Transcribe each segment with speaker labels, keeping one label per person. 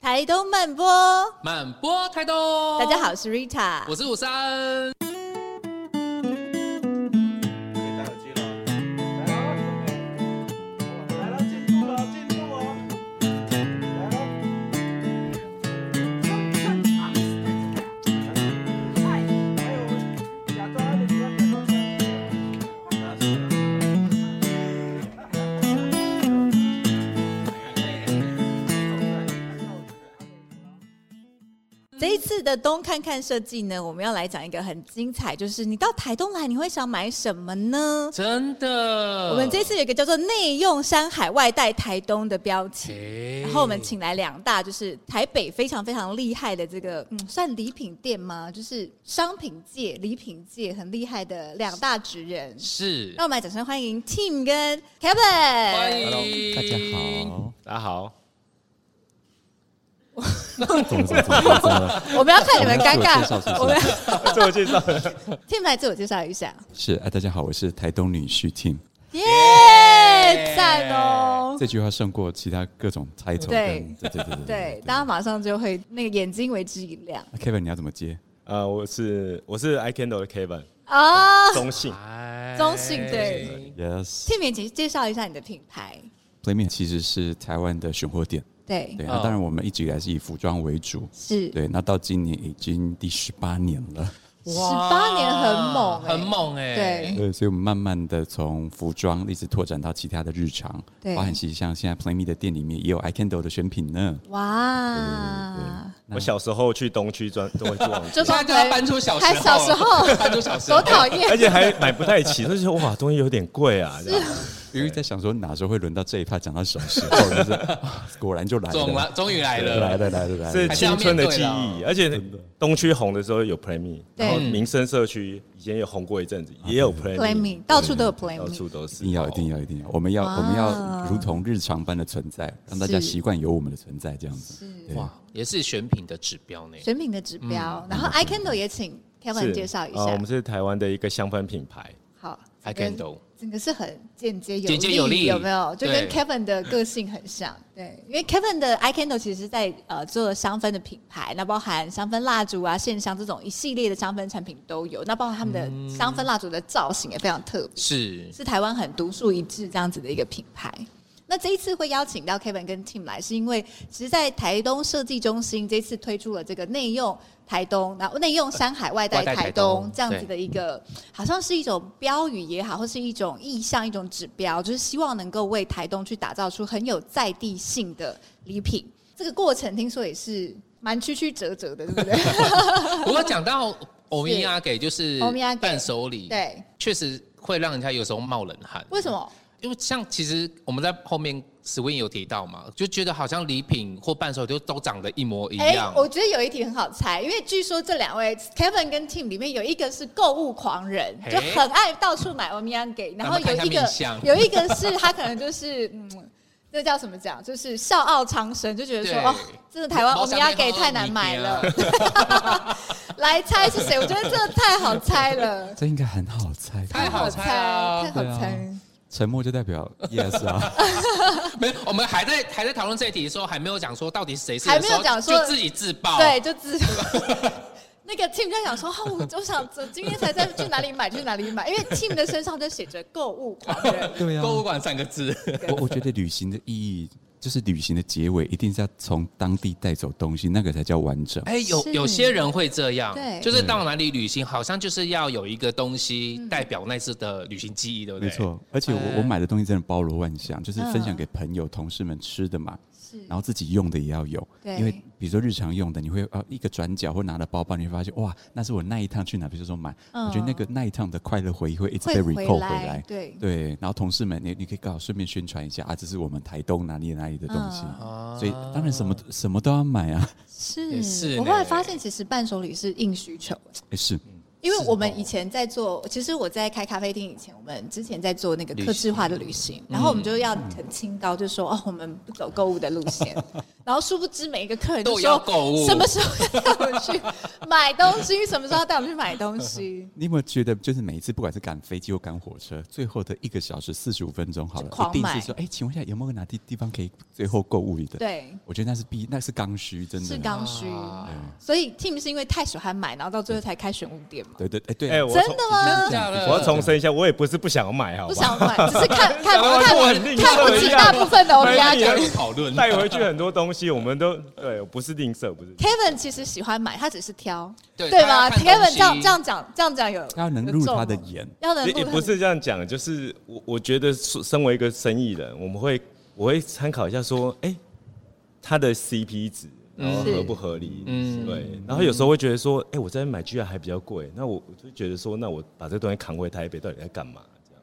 Speaker 1: 台东慢播，
Speaker 2: 满播台东，
Speaker 1: 大家好，我，是 Rita，
Speaker 2: 我是五三。
Speaker 3: 可以戴耳机了。来了，进步了，进步了。来了。哎呦，假装还得假装下去。
Speaker 1: 这一次的东看看设计呢，我们要来讲一个很精彩，就是你到台东来，你会想买什么呢？
Speaker 2: 真的，
Speaker 4: 呃
Speaker 1: 我们这次有一个叫做“内用山海外带台东”的标题，
Speaker 2: 嘿，
Speaker 1: 然后我们请来两大就是台北非常非常厉害的这个，嗯，算礼品店吗？就是商品界、礼品界很厉害的两大职人。
Speaker 2: 是
Speaker 1: 让我们来掌声欢迎 Tim 跟 Kevin。
Speaker 2: 欢迎
Speaker 4: Hello，大家好。
Speaker 3: 大家好，
Speaker 4: 怎么怎么怎么怎么？
Speaker 1: 我们要看你们尴尬
Speaker 4: 自我介绍是不。
Speaker 1: 我们
Speaker 3: 自
Speaker 4: 是
Speaker 3: 我介绍。
Speaker 1: Tim 来自我介绍一下。
Speaker 4: 是哎，大家好，我是台东女婿 Tim。
Speaker 1: 耶，赞哦！
Speaker 4: 这句话胜过其他各种 title
Speaker 1: 对
Speaker 4: 跟。对对对对
Speaker 1: 对，大家马上就会那个眼睛为之一亮
Speaker 4: 那 Kevin，你要怎么接？
Speaker 3: 呃，我是我是 I Candle 的 Kevin，
Speaker 1: 啊！
Speaker 3: 中信。
Speaker 2: 哎
Speaker 1: 中性对
Speaker 4: Yes，Play
Speaker 1: Tim 也请介绍一下你的品牌。
Speaker 4: Me 其实是台湾的选货店。
Speaker 1: 对，
Speaker 4: 对，
Speaker 2: 哦
Speaker 4: 那当然我们一直以来是以服装为主。
Speaker 1: 是
Speaker 4: 对，那到今年已经第十八年了。
Speaker 1: 18年很猛欸
Speaker 2: 很猛哎，
Speaker 1: 对
Speaker 4: 对，所以我们慢慢的从服装一直拓展到其他的日常，
Speaker 1: 对
Speaker 4: 包含其实像现在 Play Me 的店里面也有 I Candle 的选品呢。
Speaker 1: 哇，
Speaker 3: 我小时候去东区专都会逛
Speaker 1: 就
Speaker 2: 现在就要搬出小时候，
Speaker 1: 还小时候，
Speaker 2: 搬出小时候，
Speaker 1: 多讨厌
Speaker 3: 而且还买不太起，就是哇，东西有点贵啊。这样
Speaker 4: 因为在想说哪时候会轮到这一趴讲到小时候，就是、啊果然就 来
Speaker 2: 终
Speaker 4: 了
Speaker 2: 来，。终于来
Speaker 4: 来
Speaker 2: 了，
Speaker 4: 了来了来
Speaker 3: 是
Speaker 4: 了，
Speaker 3: 青春的
Speaker 2: 还是
Speaker 3: 记
Speaker 2: 要面
Speaker 3: 忆，而且东区红的时候有 Play Me，
Speaker 1: 对
Speaker 3: 然后民生社区以前也红过一阵子，也有 Play
Speaker 1: ，Play
Speaker 3: Me，
Speaker 1: me，到处都有 Play
Speaker 3: 到
Speaker 1: me，
Speaker 3: 处都
Speaker 4: 啊一
Speaker 3: 是
Speaker 4: 定。要
Speaker 2: 哦
Speaker 4: 一定要一定要，我们要
Speaker 2: 啊
Speaker 4: 我们
Speaker 1: 哇
Speaker 4: 要如同日常般的存在，让大
Speaker 1: 是
Speaker 4: 家习惯有我们的存在这样子。
Speaker 1: 是
Speaker 4: 对
Speaker 2: 哇，也是选品的指标呢。
Speaker 1: 选品的指标。然后 I Candle 也请 Kevin
Speaker 3: 是
Speaker 1: 介绍一
Speaker 5: 哦
Speaker 3: 啊我们
Speaker 1: 下。
Speaker 3: 是台湾的一个香氛品牌，
Speaker 1: 好
Speaker 2: I Candle
Speaker 1: 整个是很简洁有力，
Speaker 2: 简洁有力
Speaker 1: 有没有？就跟
Speaker 2: 对
Speaker 1: Kevin 的个性很 像，对，因为 Kevin 的 I Candle 其实是在呃做香氛的品牌，那包含香氛蜡烛啊、线香这种一系列的香氛产品都有，那包含他们
Speaker 2: 嗯
Speaker 1: 的香氛蜡烛的造型也非常特别，
Speaker 2: 是
Speaker 1: 是台湾很独树一帜这样子的一个品牌。那这一次会邀请到 Kevin 跟 Tim 来，是因为其实，在台东设计中心这次推出了这个内用台东，然后内用山海外带
Speaker 2: 外带
Speaker 1: 台
Speaker 2: 台
Speaker 1: 东
Speaker 2: 东
Speaker 1: 这样子的一个，好像是一种标语也好，或是一种意向、一种指标，就是希望能够为台东去打造出很有在地性的礼品。这个过程听说也是蛮曲曲折折的，对不 对？
Speaker 2: 不过 讲到欧米亚给就是
Speaker 1: 欧米亚给
Speaker 2: 伴手礼，，
Speaker 1: 对，
Speaker 2: 确实会让人家有时候冒冷汗。
Speaker 1: 为什么？
Speaker 2: 因为像其实我们在后面 Swing 有提到嘛，就觉得好像礼品或伴手礼都都长得一模一
Speaker 1: 哎、
Speaker 2: 样。
Speaker 1: 我觉得有一题很好猜，因为据说这两位 Kevin 跟 Tim 里面有一个是购物狂人，
Speaker 2: 嘿
Speaker 1: 就很爱到处买欧米安给，然后有
Speaker 2: 他
Speaker 1: 一
Speaker 2: 们看
Speaker 1: 个
Speaker 2: 面相
Speaker 1: 有一个是他可能就是 嗯。这叫什么讲？就是笑傲苍生，就觉得说
Speaker 2: 对
Speaker 1: 哦，真的台湾欧
Speaker 2: 猫
Speaker 1: 米
Speaker 2: 山
Speaker 1: 亚
Speaker 2: 面
Speaker 1: 给
Speaker 2: 包
Speaker 1: 太难
Speaker 2: 米
Speaker 1: 买
Speaker 2: 饼
Speaker 1: 了
Speaker 2: 啊。
Speaker 1: 来猜是谁？我觉得这太好猜 了，
Speaker 4: 这应该很好猜，
Speaker 2: 太好猜啊
Speaker 1: 太好
Speaker 4: 对啊
Speaker 1: 猜。
Speaker 4: 沉默就代表 yes 啊，
Speaker 2: 没有，我们还在还在讨论这一题的时候，还没有讲说到底是谁是
Speaker 1: 还
Speaker 2: 的
Speaker 1: 没
Speaker 2: 时
Speaker 1: 有
Speaker 2: 候，
Speaker 1: 讲说
Speaker 2: 就自己自爆。
Speaker 1: 对，就自 那个 Tim 在想说，哦，我就想走，今天才在去哪里买，去哪里买，因为 Tim 的身上就写着购物狂人。
Speaker 4: 对啊。
Speaker 2: 购物馆三个字，
Speaker 4: 我我觉得旅行的意义就是旅行的结尾一定是要从当地带走东西，那个才叫完整。
Speaker 2: 哎、有
Speaker 1: 是
Speaker 2: 有些人会这样
Speaker 1: 对，
Speaker 2: 就是到哪里旅行，好像就是要有一个东
Speaker 1: 嗯
Speaker 2: 西代表那次的旅行记忆，对不对？
Speaker 4: 没，错，而且
Speaker 2: 哎
Speaker 4: 我我买的东西真的包罗万象，就是分
Speaker 2: 嗯
Speaker 4: 享给朋友、同事们吃的嘛，
Speaker 1: 是
Speaker 4: 然后自己用的也要有，
Speaker 1: 对
Speaker 4: 因为比如说日常用的，你会呃一个转角或拿着包包，你会发现哇，那是我那一趟去哪，比如说买，
Speaker 1: 嗯
Speaker 4: 我觉得那个那一趟的快乐回忆会一直
Speaker 1: 会
Speaker 4: 被
Speaker 1: 回
Speaker 4: recall 回
Speaker 1: 来
Speaker 4: 来，
Speaker 1: 对
Speaker 4: 然后同事们，你你可以刚好顺便宣传一下啊，这是我们台东哪里哪里的东西，
Speaker 1: 嗯
Speaker 4: 所以当然什么什么都要买啊，
Speaker 1: 是
Speaker 2: 也是
Speaker 1: 我
Speaker 2: 呢
Speaker 1: 后来发现，其实伴手礼是硬需求，
Speaker 4: 诶哎是
Speaker 1: 因为我
Speaker 2: 哦
Speaker 1: 们以前在做，其实我在开咖啡厅以前，我们之前在做那
Speaker 2: 嗯
Speaker 1: 个客制化的旅行，然后我们就要很清高，就说哦，我们不走购物的路线，然然后殊不知每一个客人就
Speaker 2: 都要
Speaker 1: 说
Speaker 2: 购物
Speaker 1: 什么时候要带我去买东西，什么时候要带我去买东 西，
Speaker 4: 你有没有觉得，就是每一次不管是赶飞机或赶火车，最后的一个小时四十五分钟好
Speaker 1: 就狂
Speaker 4: 了，一定
Speaker 1: 买
Speaker 4: 是说，哎、请问一下有没有哪地地方可以最后购物的？，
Speaker 1: 对，
Speaker 4: 我觉得那是必，那是刚需，真的
Speaker 1: 是刚需。
Speaker 2: 啊
Speaker 1: 所以 Team 是因为太喜欢买，然后到最后才开选物店嘛。
Speaker 4: 对对，哎、对啊、
Speaker 5: 哎，我
Speaker 1: 真
Speaker 5: 重
Speaker 1: 的吗？
Speaker 2: 真假的
Speaker 5: 我要重申一下，我也不是不想买，好
Speaker 1: 不
Speaker 5: 吧？
Speaker 1: 想 买，只是看看
Speaker 5: 我
Speaker 1: 不
Speaker 5: 我
Speaker 1: 看
Speaker 5: 很
Speaker 1: 不
Speaker 5: 吝
Speaker 1: 看不
Speaker 5: 啬
Speaker 1: 起
Speaker 5: 一
Speaker 1: 大
Speaker 5: 样
Speaker 1: 部分的欧米
Speaker 5: 哎呀
Speaker 1: 茄。
Speaker 2: 讨论
Speaker 5: 带回去很多东西，我们都对，我不是吝啬，不是吝
Speaker 1: Kevin 其实喜欢买，他只是挑，
Speaker 2: 对
Speaker 1: 对
Speaker 2: 他
Speaker 1: 吧
Speaker 2: 要看东
Speaker 1: ？Kevin
Speaker 2: 西
Speaker 1: 这样这样讲，这样讲有
Speaker 4: 他要能入他的，
Speaker 1: 有中
Speaker 4: 眼，
Speaker 1: 吗要能
Speaker 5: 啬，
Speaker 1: 入
Speaker 5: 也也
Speaker 1: 他的
Speaker 5: 不是这样讲，就是我我觉得是身为一个生意人，我们会我会参考一下说，哎，它的 CP 值。然后
Speaker 1: 嗯
Speaker 5: 合不合理？
Speaker 2: 嗯
Speaker 5: 嗯，对。然后有时候会觉得说，哎，我在买居然还比较贵，那我我就觉得说，那我把这东西扛回台北，到底在干嘛？这样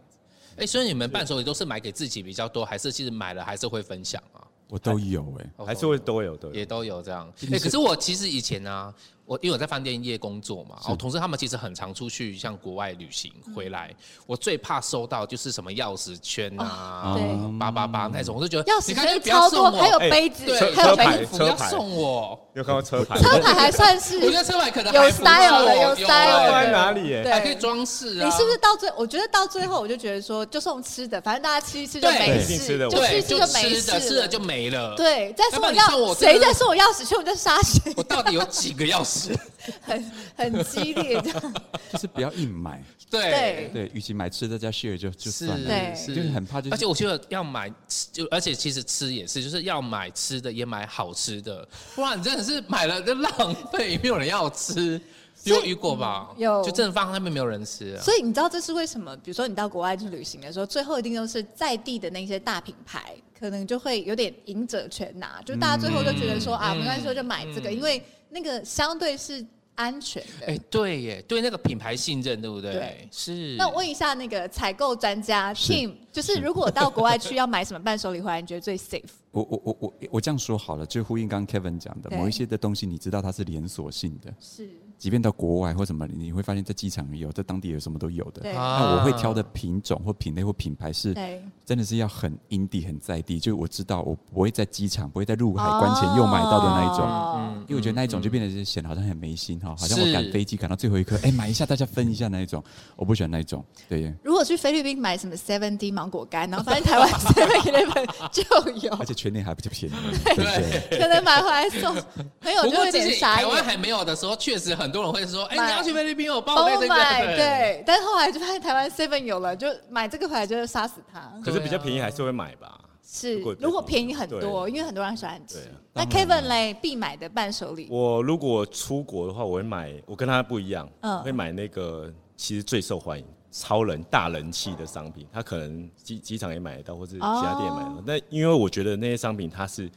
Speaker 2: 哎、所以你们伴手礼都是买给自己比较多，还是其实买了还是会分享啊？
Speaker 4: 我都有哎、
Speaker 5: 还是会都有都有
Speaker 2: 也。都有这样。哎、可是我其实以前呢、啊，我因为我在饭店业工作嘛，我同事他们其实很常出去像国外旅行
Speaker 1: 嗯
Speaker 2: 回来，我最怕收到就是什么钥匙圈啊、
Speaker 1: 哦对
Speaker 2: 八八八那种，我就觉得
Speaker 1: 钥
Speaker 2: 你
Speaker 1: 匙
Speaker 2: 看就
Speaker 1: 圈
Speaker 2: 不要
Speaker 1: 超
Speaker 2: 送
Speaker 1: 多，
Speaker 2: 我，
Speaker 1: 还有
Speaker 5: 哎
Speaker 1: 杯子
Speaker 2: 对，，
Speaker 1: 还有
Speaker 5: 车
Speaker 1: 杯
Speaker 5: 牌
Speaker 1: 子
Speaker 2: 衣服要送我。
Speaker 5: 有看到车牌？
Speaker 1: 车牌还算是
Speaker 2: 我觉得车牌可能
Speaker 1: 有
Speaker 2: 还不错
Speaker 1: style 的，有
Speaker 2: 有
Speaker 1: style
Speaker 5: 放
Speaker 1: 的，
Speaker 5: 在哪里耶
Speaker 2: 还可以
Speaker 1: 对。
Speaker 2: 装饰啊。
Speaker 1: 你是不是到最？我觉得到最后，我就觉得说，就送吃的，反正大家吃一吃就
Speaker 2: 对
Speaker 1: 没
Speaker 5: 一
Speaker 1: 事，
Speaker 5: 定吃的
Speaker 1: 就
Speaker 5: 我
Speaker 1: 吃一
Speaker 2: 对，
Speaker 1: 吃
Speaker 2: 就
Speaker 1: 就没
Speaker 2: 吃的吃
Speaker 1: 事
Speaker 2: 了。就没了。，
Speaker 1: 对，再
Speaker 2: 要
Speaker 1: 送
Speaker 2: 不
Speaker 1: 我
Speaker 2: 然你送我
Speaker 1: 钥，
Speaker 2: 真的
Speaker 1: 谁再送我钥匙圈，我就杀谁，
Speaker 2: 我到底有几个钥匙？
Speaker 1: 很很激烈 这样。
Speaker 4: 就是不要硬买，
Speaker 1: 对
Speaker 4: 对，与其买吃的，大家 share 就就是算了，
Speaker 1: 对
Speaker 4: 就是很怕就是
Speaker 2: 而且我觉得要买吃，就而且其实吃也是，就是要买吃的也买好吃的，不然你真的是买了就浪费，没有人要吃。你有遇过吧？
Speaker 1: 嗯有
Speaker 2: 就真的放在那边没有人吃、啊。
Speaker 1: 所以你知道这是为什么？比如说你到国外去旅行的时候，最后一定都是在地的那些大品牌，可能就会有点赢者全拿，就大家最后就觉得
Speaker 2: 嗯
Speaker 1: 说、啊，没关系，我就买这个，因为那个相对是安全的。
Speaker 2: 哎、对耶，对那个品牌信任，对不对？
Speaker 1: 对
Speaker 2: 是。
Speaker 1: 那我问一下那个采购专家 Tim，就是如果到国外去要买什么伴手礼回来，你觉得最 safe？
Speaker 4: 我我我我我这样说好了，就呼应刚刚 Kevin 讲的，
Speaker 1: 对
Speaker 4: 某一些的东西，你知道它是连锁性的，
Speaker 1: 是
Speaker 4: 即便到国外或什么，你会发现在机场也有，在当地有什么都有
Speaker 1: 对
Speaker 4: 的。那我会挑的品种或品类或品牌是
Speaker 1: 对
Speaker 4: 真的是要很因地很在地，就我知道我不会在机场，不会在入海
Speaker 1: 哦
Speaker 4: 关前又买到的那一种，
Speaker 1: 种。
Speaker 4: 因为我觉得那一种就变得是显得好像很没心哈，好像我
Speaker 2: 是
Speaker 4: 赶飞机赶到最后一刻，哎，买一下大家分一下那一种，我不喜欢那一种，对。
Speaker 1: 如果去菲律宾买什么 Seven D 芒果干，然后发现台湾 Seven Eleven 就有，
Speaker 4: 而且全年还比较便宜，对不对？
Speaker 1: 可能买回来送，朋友
Speaker 2: 不
Speaker 1: 就会有
Speaker 2: 过自
Speaker 1: 点
Speaker 2: 己
Speaker 1: 傻
Speaker 2: 台湾
Speaker 1: 眼。
Speaker 2: 还没有的时候，确实很多人会说：“哎、
Speaker 1: 买
Speaker 2: 你要去菲律宾哦，帮我
Speaker 1: 帮
Speaker 2: 带
Speaker 1: 我
Speaker 2: 这个。
Speaker 1: 买，Oh 对，但是后来就发现台湾 Seven 有了，就买这个回来就是杀死它。
Speaker 5: 可是比较便宜还是会买吧？
Speaker 1: 是
Speaker 5: 如果，比较
Speaker 1: 如果便宜很
Speaker 5: 对
Speaker 1: 多，因为很多人喜欢吃
Speaker 5: 对啊。
Speaker 1: 那 Kevin 嘞，必买的伴手礼，
Speaker 5: 我如果出国的话，我会买，我跟他不一样，
Speaker 1: 嗯
Speaker 5: 会买那个其实最受欢迎、超人大人气的商品，他可能机机场也买得到，或是其他店也买得
Speaker 1: 哦
Speaker 5: 到。那、因为我觉得那些商品它是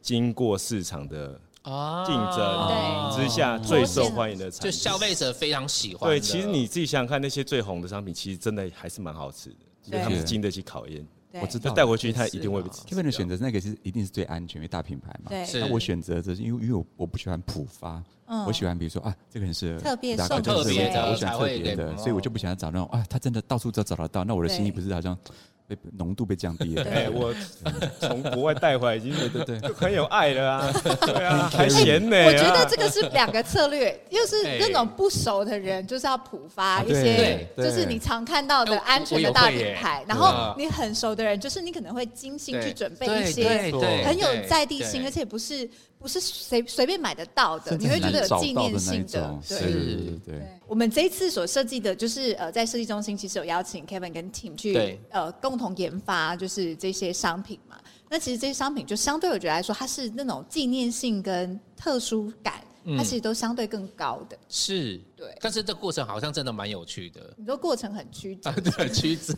Speaker 5: 经过市场的
Speaker 2: 啊，
Speaker 5: 竞争
Speaker 1: 哦对
Speaker 5: 之下最受欢迎的产
Speaker 2: 就
Speaker 5: 品，
Speaker 2: 消费者非常喜欢的。
Speaker 5: 对，其实你自己想想看，那些最红的商品，其实真的还是蛮好吃的，因
Speaker 1: 对
Speaker 5: 为他们是经得起考验，
Speaker 1: 对
Speaker 4: 我知
Speaker 5: 就
Speaker 4: 道
Speaker 5: 带回去它一定会
Speaker 2: 啊
Speaker 5: 被吃掉。
Speaker 4: Kevin 的选择那个是一定是最安全，因为大品牌嘛。
Speaker 1: 对
Speaker 2: 是
Speaker 4: 那我选择的是因为因为我我不喜欢普发，
Speaker 1: 嗯
Speaker 4: 我喜欢比如说啊，这个很适合
Speaker 1: 特别
Speaker 4: 大家
Speaker 1: 送
Speaker 4: 就是
Speaker 1: 特别的
Speaker 4: 我喜欢
Speaker 2: 才
Speaker 4: 特
Speaker 2: 会
Speaker 4: 别
Speaker 2: 给
Speaker 4: 的，所以我就不想要找那种啊，他真的到处都找得到，那我的心意
Speaker 1: 对
Speaker 4: 不是好像被浓度被降低了？
Speaker 5: 哎、
Speaker 1: 对
Speaker 5: 我从国外带回来已经
Speaker 4: 对对对，
Speaker 5: 就很有爱了啊， 对啊，还嫌呢、啊
Speaker 1: 我觉得这个是两个策 略，又是
Speaker 2: 哎
Speaker 1: 那种不熟的人，就是要普发一些
Speaker 4: 对，
Speaker 2: 对
Speaker 1: 就是你常看到的
Speaker 2: 哎我
Speaker 1: 安全
Speaker 2: 我
Speaker 1: 的
Speaker 2: 有
Speaker 1: 大
Speaker 2: 会
Speaker 1: 品
Speaker 2: 耶
Speaker 1: 牌，然
Speaker 2: 对
Speaker 1: 后
Speaker 2: 啊
Speaker 1: 你很熟的人，就是你可能会精心去
Speaker 2: 对
Speaker 1: 准备
Speaker 2: 对
Speaker 1: 一些
Speaker 2: 对对
Speaker 1: 很有
Speaker 2: 对
Speaker 1: 在地性，
Speaker 2: 对
Speaker 1: 而且不是不是随随便买得到的，
Speaker 4: 甚
Speaker 1: 你
Speaker 4: 至
Speaker 1: 会
Speaker 4: 很
Speaker 1: 觉
Speaker 4: 难
Speaker 1: 得有
Speaker 4: 找
Speaker 1: 纪
Speaker 4: 到
Speaker 1: 念
Speaker 4: 的那一
Speaker 1: 性的
Speaker 4: 种，，
Speaker 1: 对。
Speaker 4: 是
Speaker 2: 对
Speaker 4: 对对。
Speaker 1: 我们这一次所设计的，就是呃，在设计中心其实有邀请 Kevin 跟 Tim 去
Speaker 2: 对
Speaker 1: 呃共同研发，就是这些商品嘛。那其实这些商品就相对我觉得来说，它是那种纪念性跟特殊感，
Speaker 2: 嗯
Speaker 1: 它其实都相对更高的。
Speaker 2: 是，
Speaker 1: 对
Speaker 2: 但是这过程好像真的蛮有趣的。
Speaker 1: 你说过程很曲折
Speaker 2: 啊，，对，曲折。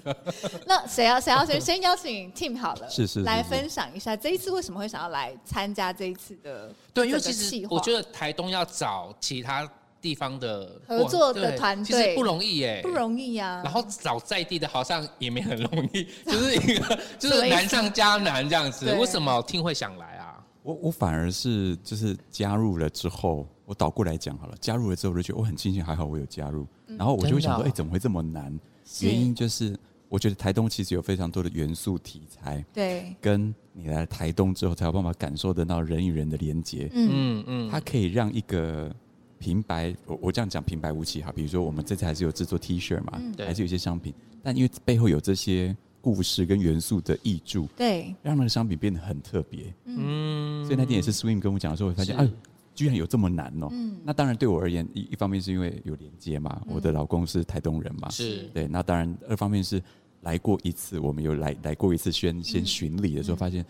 Speaker 1: 那谁要谁要谁先邀请 Tim 好了，
Speaker 4: 是是是
Speaker 1: 来
Speaker 4: 是
Speaker 1: 分享一下这一次为什么会想要来参加这一次的
Speaker 2: 对，因为
Speaker 1: 整
Speaker 2: 其
Speaker 1: 个
Speaker 2: 实
Speaker 1: 计划
Speaker 2: 我觉得台东要找其他地方的
Speaker 1: 合作的
Speaker 2: 哇对
Speaker 1: 团队
Speaker 2: 其实不容易耶，
Speaker 1: 不容易啊。
Speaker 2: 然后找在地的，好像也没很容 易，就是一个就
Speaker 1: 什么
Speaker 2: 是
Speaker 1: 意思
Speaker 2: 难上加难这样子。
Speaker 1: 对
Speaker 2: 为什么听会想来啊？
Speaker 4: 我我反而是就是加入了之后，我倒过来讲好了，加入了之后我就觉得我很庆幸，还好我有加入，然后我就会想说，
Speaker 2: 嗯真的
Speaker 4: 哎、
Speaker 2: 哦
Speaker 4: 怎么会这么难？
Speaker 1: 是
Speaker 4: 原因就是。我觉得台东其实有非常多的元素题材，
Speaker 1: 对，
Speaker 4: 跟你来台东之后才有办法感受得到人与人的连接。
Speaker 1: 嗯
Speaker 2: 嗯嗯，
Speaker 4: 它可以让一个平白，我我这样讲平白无奇哈，比如说我们这次还是有制作 T 恤嘛，
Speaker 2: 嗯对
Speaker 4: 还是有一些商品，但因为背后有这些故事跟元素的益助，
Speaker 1: 对，
Speaker 4: 让那个商品变得很特别。
Speaker 2: 嗯
Speaker 4: 所以那天也是 Swim 跟我讲的时候，我发现
Speaker 2: 是
Speaker 4: 啊，居然有这么难哦。
Speaker 1: 嗯
Speaker 4: 那当然对我而言，一一方面是因为有连接嘛，我的老公是台东人嘛，
Speaker 2: 嗯是
Speaker 4: 对，那当然二方面是来过一次，我们有来来过一次先
Speaker 2: 嗯
Speaker 4: 先巡礼的时候，发现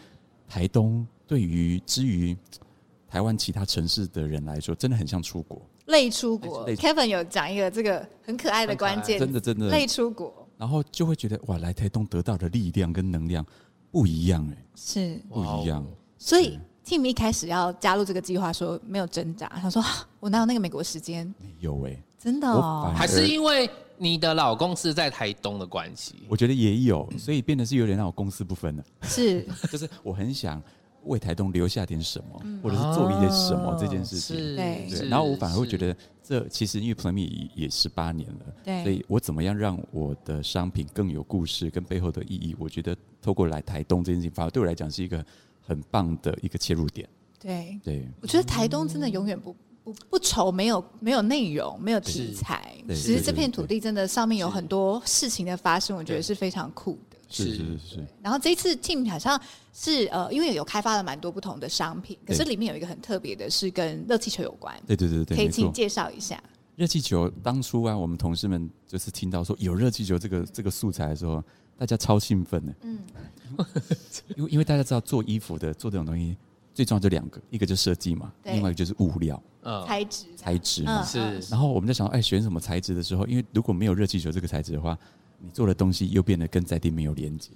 Speaker 4: 台东对于之于台湾其他城市的人来说，真的很像出国，
Speaker 1: 类出国
Speaker 4: 类出
Speaker 1: ，Kevin 有讲一个这个很可爱的关键，
Speaker 4: 真的真的
Speaker 1: 类出国
Speaker 4: 然后就会觉得哇，来台东得到的力量跟能量不一样哎、
Speaker 1: 是，
Speaker 4: 不一样。
Speaker 2: 哦
Speaker 1: 所以 Tim 一开始要加入这个计划，说没有挣扎，他说啊我哪有那个美国时间，
Speaker 4: 没有哎、
Speaker 1: 真的
Speaker 4: 我
Speaker 1: 哦
Speaker 4: 反，
Speaker 2: 还是因为你的老公是在台东的关系，
Speaker 4: 我觉得也有，所以变得是有点让我公私不分了。
Speaker 1: 是
Speaker 4: 就是我很想为台东留下点什么，或者是做一点什么这件事情。
Speaker 2: 哦啊是
Speaker 1: 对
Speaker 4: 对，
Speaker 2: 是
Speaker 4: 然后我反而会觉
Speaker 2: 是
Speaker 4: 得，这其实因为 Play Me 也十八年了，
Speaker 1: 对
Speaker 4: 所以我怎么样让我的商品更有故事跟背后的意义？我觉得透过来台东这件事情，反而对我来讲是一个很棒的一个切入点。
Speaker 1: 对，
Speaker 4: 对，
Speaker 1: 我觉得台东真的永远不不不愁没有没有内容，没有题材，
Speaker 4: 对
Speaker 1: 只
Speaker 4: 对
Speaker 1: 是
Speaker 4: 对
Speaker 1: 这片
Speaker 4: 对
Speaker 1: 土地真的上面有很多事情的发生，我觉得
Speaker 2: 对
Speaker 1: 是非常酷的。
Speaker 4: 是
Speaker 2: 是
Speaker 4: 是是是，
Speaker 1: 然后这一次 Team 好像是呃，因为有开发了蛮多不同的商品，可
Speaker 4: 对
Speaker 1: 是里面有一个很特别的是跟热气球有关，
Speaker 4: 对对对对，
Speaker 1: 可以
Speaker 4: 没
Speaker 1: 请
Speaker 4: 错
Speaker 1: 你。介绍一下。
Speaker 4: 热气球当初啊，我们同事们就是听到说有热气球这个这个素材的时候，大家超兴奋的。嗯， 因为因为大家知道做衣服的做这种东西，最重要就两个，一个就设计嘛，
Speaker 1: 对
Speaker 4: 另外一个就是物料
Speaker 2: 嗯
Speaker 1: 材质，
Speaker 4: 材质嘛。
Speaker 1: 嗯
Speaker 2: 是
Speaker 4: 然后我们在想，哎，选什么材质的时候，因为如果没有热气球这个材质的话，你做的东西又变得跟在地没有连接。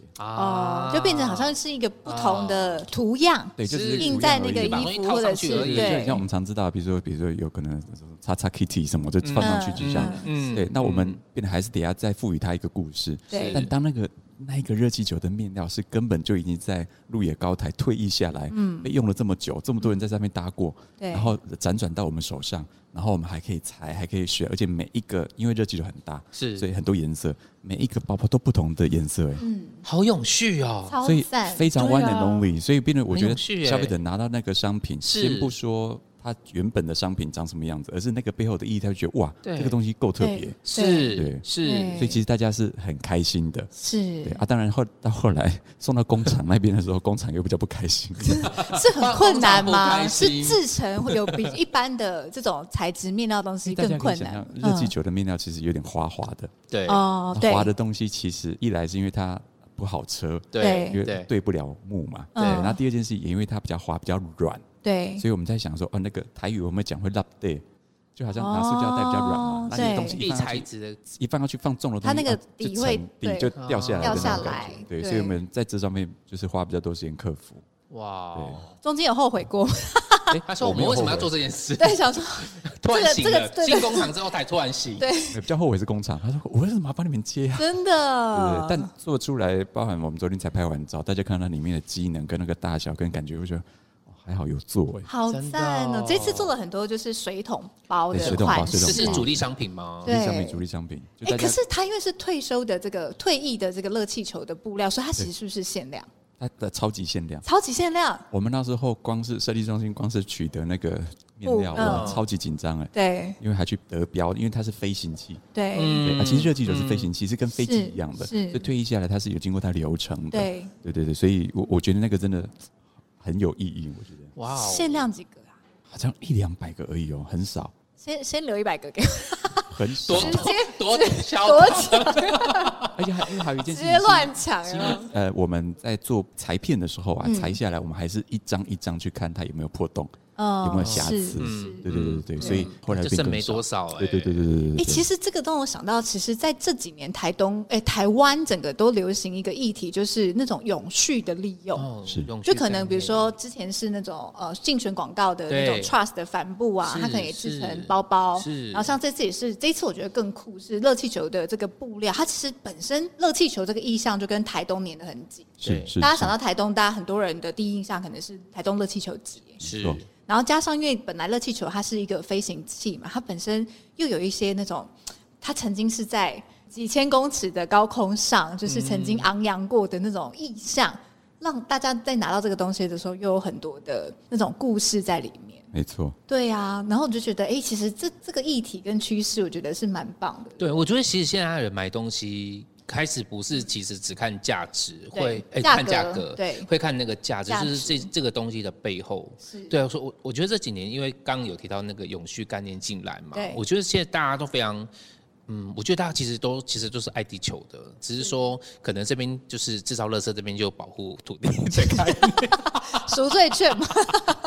Speaker 1: 哦，
Speaker 2: 啊
Speaker 1: 就变成好像是一个不同的图样，
Speaker 4: 对，就是
Speaker 2: 是
Speaker 4: 一个
Speaker 1: 印
Speaker 4: 图
Speaker 1: 在
Speaker 4: 样
Speaker 1: 那
Speaker 4: 而
Speaker 1: 个
Speaker 4: 已嘛
Speaker 2: 把东
Speaker 1: 衣
Speaker 2: 西
Speaker 1: 服
Speaker 2: 套
Speaker 1: 或者
Speaker 2: 上去
Speaker 1: 是
Speaker 2: 而已
Speaker 4: 对，就像
Speaker 1: 对
Speaker 4: 我们常知道，比如说，比如说有可能叉叉 Kitty 什么就放上去就像，
Speaker 2: 嗯
Speaker 4: 对，那我们
Speaker 2: 嗯
Speaker 4: 变得还是得要再赋予它一个故事。
Speaker 1: 对
Speaker 4: 但当那个那一个热气球的面料是根本就已经在鹿野高台退役下来，
Speaker 2: 嗯
Speaker 4: 被用了这么久，这么多人在上面搭过，
Speaker 1: 对
Speaker 4: 然后辗转到我们手上，然后我们还可以裁，还可以选，而且每一个因为热气球很大，
Speaker 2: 是嗯
Speaker 4: 所以很多颜色，每一个包包都不同的颜色、哎、
Speaker 2: 好永续哦，
Speaker 1: 超
Speaker 4: 所以
Speaker 1: 赞，
Speaker 4: 非常 one
Speaker 1: 对
Speaker 4: and
Speaker 1: 啊
Speaker 4: only，、所以变得我觉
Speaker 2: 很
Speaker 4: 得
Speaker 2: 有趣耶
Speaker 4: 消费者拿到那个商品，
Speaker 2: 是
Speaker 4: 先不说它原本的商品长什么样子，而是那个背后的意义，他就觉得哇，
Speaker 2: 对
Speaker 4: 这个东西够特
Speaker 1: 对
Speaker 4: 别，
Speaker 2: 是
Speaker 4: 对
Speaker 1: 对
Speaker 2: 是
Speaker 4: 所以其实大家是很开心的。对
Speaker 1: 是
Speaker 4: 啊，当然后到后来送到工厂那边的时候，工厂又比较不开心，
Speaker 1: 是很困难
Speaker 2: 通常
Speaker 1: 吗？
Speaker 2: 不开
Speaker 1: 是
Speaker 2: 心
Speaker 1: 制成会有比一般的这种材质面料东西
Speaker 4: 大家
Speaker 1: 更
Speaker 4: 可
Speaker 1: 困
Speaker 4: 以想
Speaker 1: 难
Speaker 4: 象，热气球的面料其实有点滑滑的，
Speaker 2: 对
Speaker 1: 嗯哦，
Speaker 4: 那
Speaker 1: 对
Speaker 4: 滑的东西其实一来是因为它不好车，
Speaker 1: 对
Speaker 4: 因为
Speaker 2: 对
Speaker 4: 对不了木嘛，
Speaker 1: 嗯
Speaker 4: 然后第二件事也因为它比较滑，比较软，
Speaker 1: 对
Speaker 4: 所以我们在想说，哦，那个台语我们讲会 lap day，就好像拿塑胶袋比较软嘛
Speaker 1: 哦，
Speaker 4: 那你的东西一
Speaker 2: 地
Speaker 4: 放上
Speaker 2: 材
Speaker 4: 去，
Speaker 2: 质的
Speaker 4: 一放上去放重了东
Speaker 1: 它
Speaker 4: 西，
Speaker 1: 那个
Speaker 4: 啊就
Speaker 1: 底会
Speaker 4: 沉
Speaker 1: 对
Speaker 4: 底就掉下来
Speaker 2: 掉
Speaker 4: 的那
Speaker 2: 下
Speaker 4: 种感
Speaker 1: 来
Speaker 4: 觉，对，
Speaker 1: 对
Speaker 4: 所以我们在这上面就是花比较多时间克服。
Speaker 2: 哇哦，
Speaker 1: 中间有后悔过吗，
Speaker 4: 哎，
Speaker 2: 他说我们为什么要做这件事？
Speaker 1: 对，想说
Speaker 2: 突然醒了
Speaker 1: 这个这，个
Speaker 2: 进工厂之后才突然醒。
Speaker 1: 对，
Speaker 4: 比较后悔是工厂，他说我为什么要帮你们接啊？
Speaker 1: 真
Speaker 4: 对
Speaker 1: 的，，
Speaker 4: 但做出来，包含我们昨天才拍完照，大家看到里面的机能跟那个大小跟感觉，会觉得哦还好有做哎。
Speaker 1: 好
Speaker 2: 真的
Speaker 1: 赞哦
Speaker 2: 哦！
Speaker 1: 这次做了很多就是水桶包
Speaker 4: 对
Speaker 1: 的
Speaker 4: 水桶包
Speaker 1: 款
Speaker 4: 水
Speaker 1: 式
Speaker 4: 桶
Speaker 2: 这
Speaker 4: 包，
Speaker 2: 是主力商品吗？
Speaker 1: 对
Speaker 4: 商品主力商品，就
Speaker 1: 哎、
Speaker 4: 大
Speaker 1: 可
Speaker 4: 家
Speaker 1: 是它因为是退休的这个退役的这个热气球的布料，所以它其实是不是限量？
Speaker 4: 它的超级限量。
Speaker 1: 超级限量，
Speaker 4: 我们那时候光是设计中心，光是取得那个面料，
Speaker 1: 布嗯
Speaker 4: 哇，超级紧张哎，
Speaker 1: 对
Speaker 4: 因为还去得标，因为它是飞行器，
Speaker 1: 对、
Speaker 4: 对啊，其实热气球是飞行器，是跟飞机
Speaker 1: 是
Speaker 4: 一样的，所
Speaker 1: 嗯是
Speaker 4: 以退役下来它是有经过它流程的，
Speaker 1: 对，
Speaker 4: 对对对，所以我我觉得那个真的很有意义，我觉得
Speaker 2: 哇哦，
Speaker 1: 限量几个啊？
Speaker 4: 好像一两百个而已哦，很少，
Speaker 1: 先先留一百个给我，
Speaker 4: 很少
Speaker 2: 多，多多销
Speaker 1: 多抢，
Speaker 4: 而且还因为还有一件
Speaker 1: 直
Speaker 4: 事情
Speaker 1: 接
Speaker 4: 是
Speaker 1: 乱抢
Speaker 4: 因为
Speaker 1: 啊！
Speaker 4: 呃，我们在做裁片的时候啊，裁下来我们还是一张一张去看它有没有破洞，
Speaker 1: 嗯
Speaker 4: 有没有瑕疵。
Speaker 2: 嗯
Speaker 4: 对对对对对，
Speaker 2: 嗯
Speaker 4: 所以后来
Speaker 2: 就
Speaker 4: 变
Speaker 2: 剩
Speaker 4: 更
Speaker 2: 没
Speaker 4: 少
Speaker 2: 多。少哎。
Speaker 4: 对对对对对对对
Speaker 1: 哎、
Speaker 4: 对。
Speaker 1: 其实这个让我想到，其实在这几年台东，哎、台湾整个都流行一个议题，就是那种永续的利用。
Speaker 2: 哦，
Speaker 4: 是
Speaker 2: 用
Speaker 1: 就
Speaker 2: 具
Speaker 1: 可
Speaker 2: 在
Speaker 1: 能比如
Speaker 2: 内
Speaker 1: 说之前是那种呃竞选广告的那种
Speaker 2: 对
Speaker 1: trust 的帆布啊，
Speaker 2: 是
Speaker 1: 它可能也制成
Speaker 2: 是
Speaker 1: 包包，
Speaker 2: 是
Speaker 1: 然后像这次也是，这次我觉得更酷是热气球的这个布料，它其实本身热气球这个意象就跟台东粘得很紧。
Speaker 4: 是
Speaker 2: 对
Speaker 4: 是，
Speaker 1: 大家想到
Speaker 4: 是
Speaker 1: 台东，大家很多人的第一印象可能是台东热气球节，
Speaker 2: 是
Speaker 4: 错
Speaker 1: 然后加上因为本来热气球它是一个飞行器嘛，它本身又有一些那种，它曾经是在几千公尺的高空上，就是曾
Speaker 4: 嗯
Speaker 1: 经昂扬过的那种意象，让大家在拿到这个东西的时候，又有很多的那种故事在里面。
Speaker 4: 没错，
Speaker 1: 对啊，然后我就觉得，哎、其实这这个议题跟趋势，我觉得是蛮棒的。
Speaker 2: 对，我觉得其实现在人买东西开始不是其实只看价值，
Speaker 1: 对
Speaker 2: 会哎
Speaker 1: 价
Speaker 2: 看价
Speaker 1: 格
Speaker 2: 格，
Speaker 1: 对
Speaker 2: 会看那个价值，
Speaker 1: 价
Speaker 2: 就是
Speaker 1: 值
Speaker 2: 这这个东西的背后。
Speaker 1: 是，
Speaker 2: 对啊，所以我我觉得这几年因为刚有提到那个永续概念进来嘛
Speaker 1: 对，
Speaker 2: 我觉得现在大家都非常。嗯，我觉得大家其实都其实都是爱地球的，只是说可能这边就是制造垃圾这边就保护土地
Speaker 1: 嗯
Speaker 2: 这个概念。
Speaker 1: 赎罪券 嘛，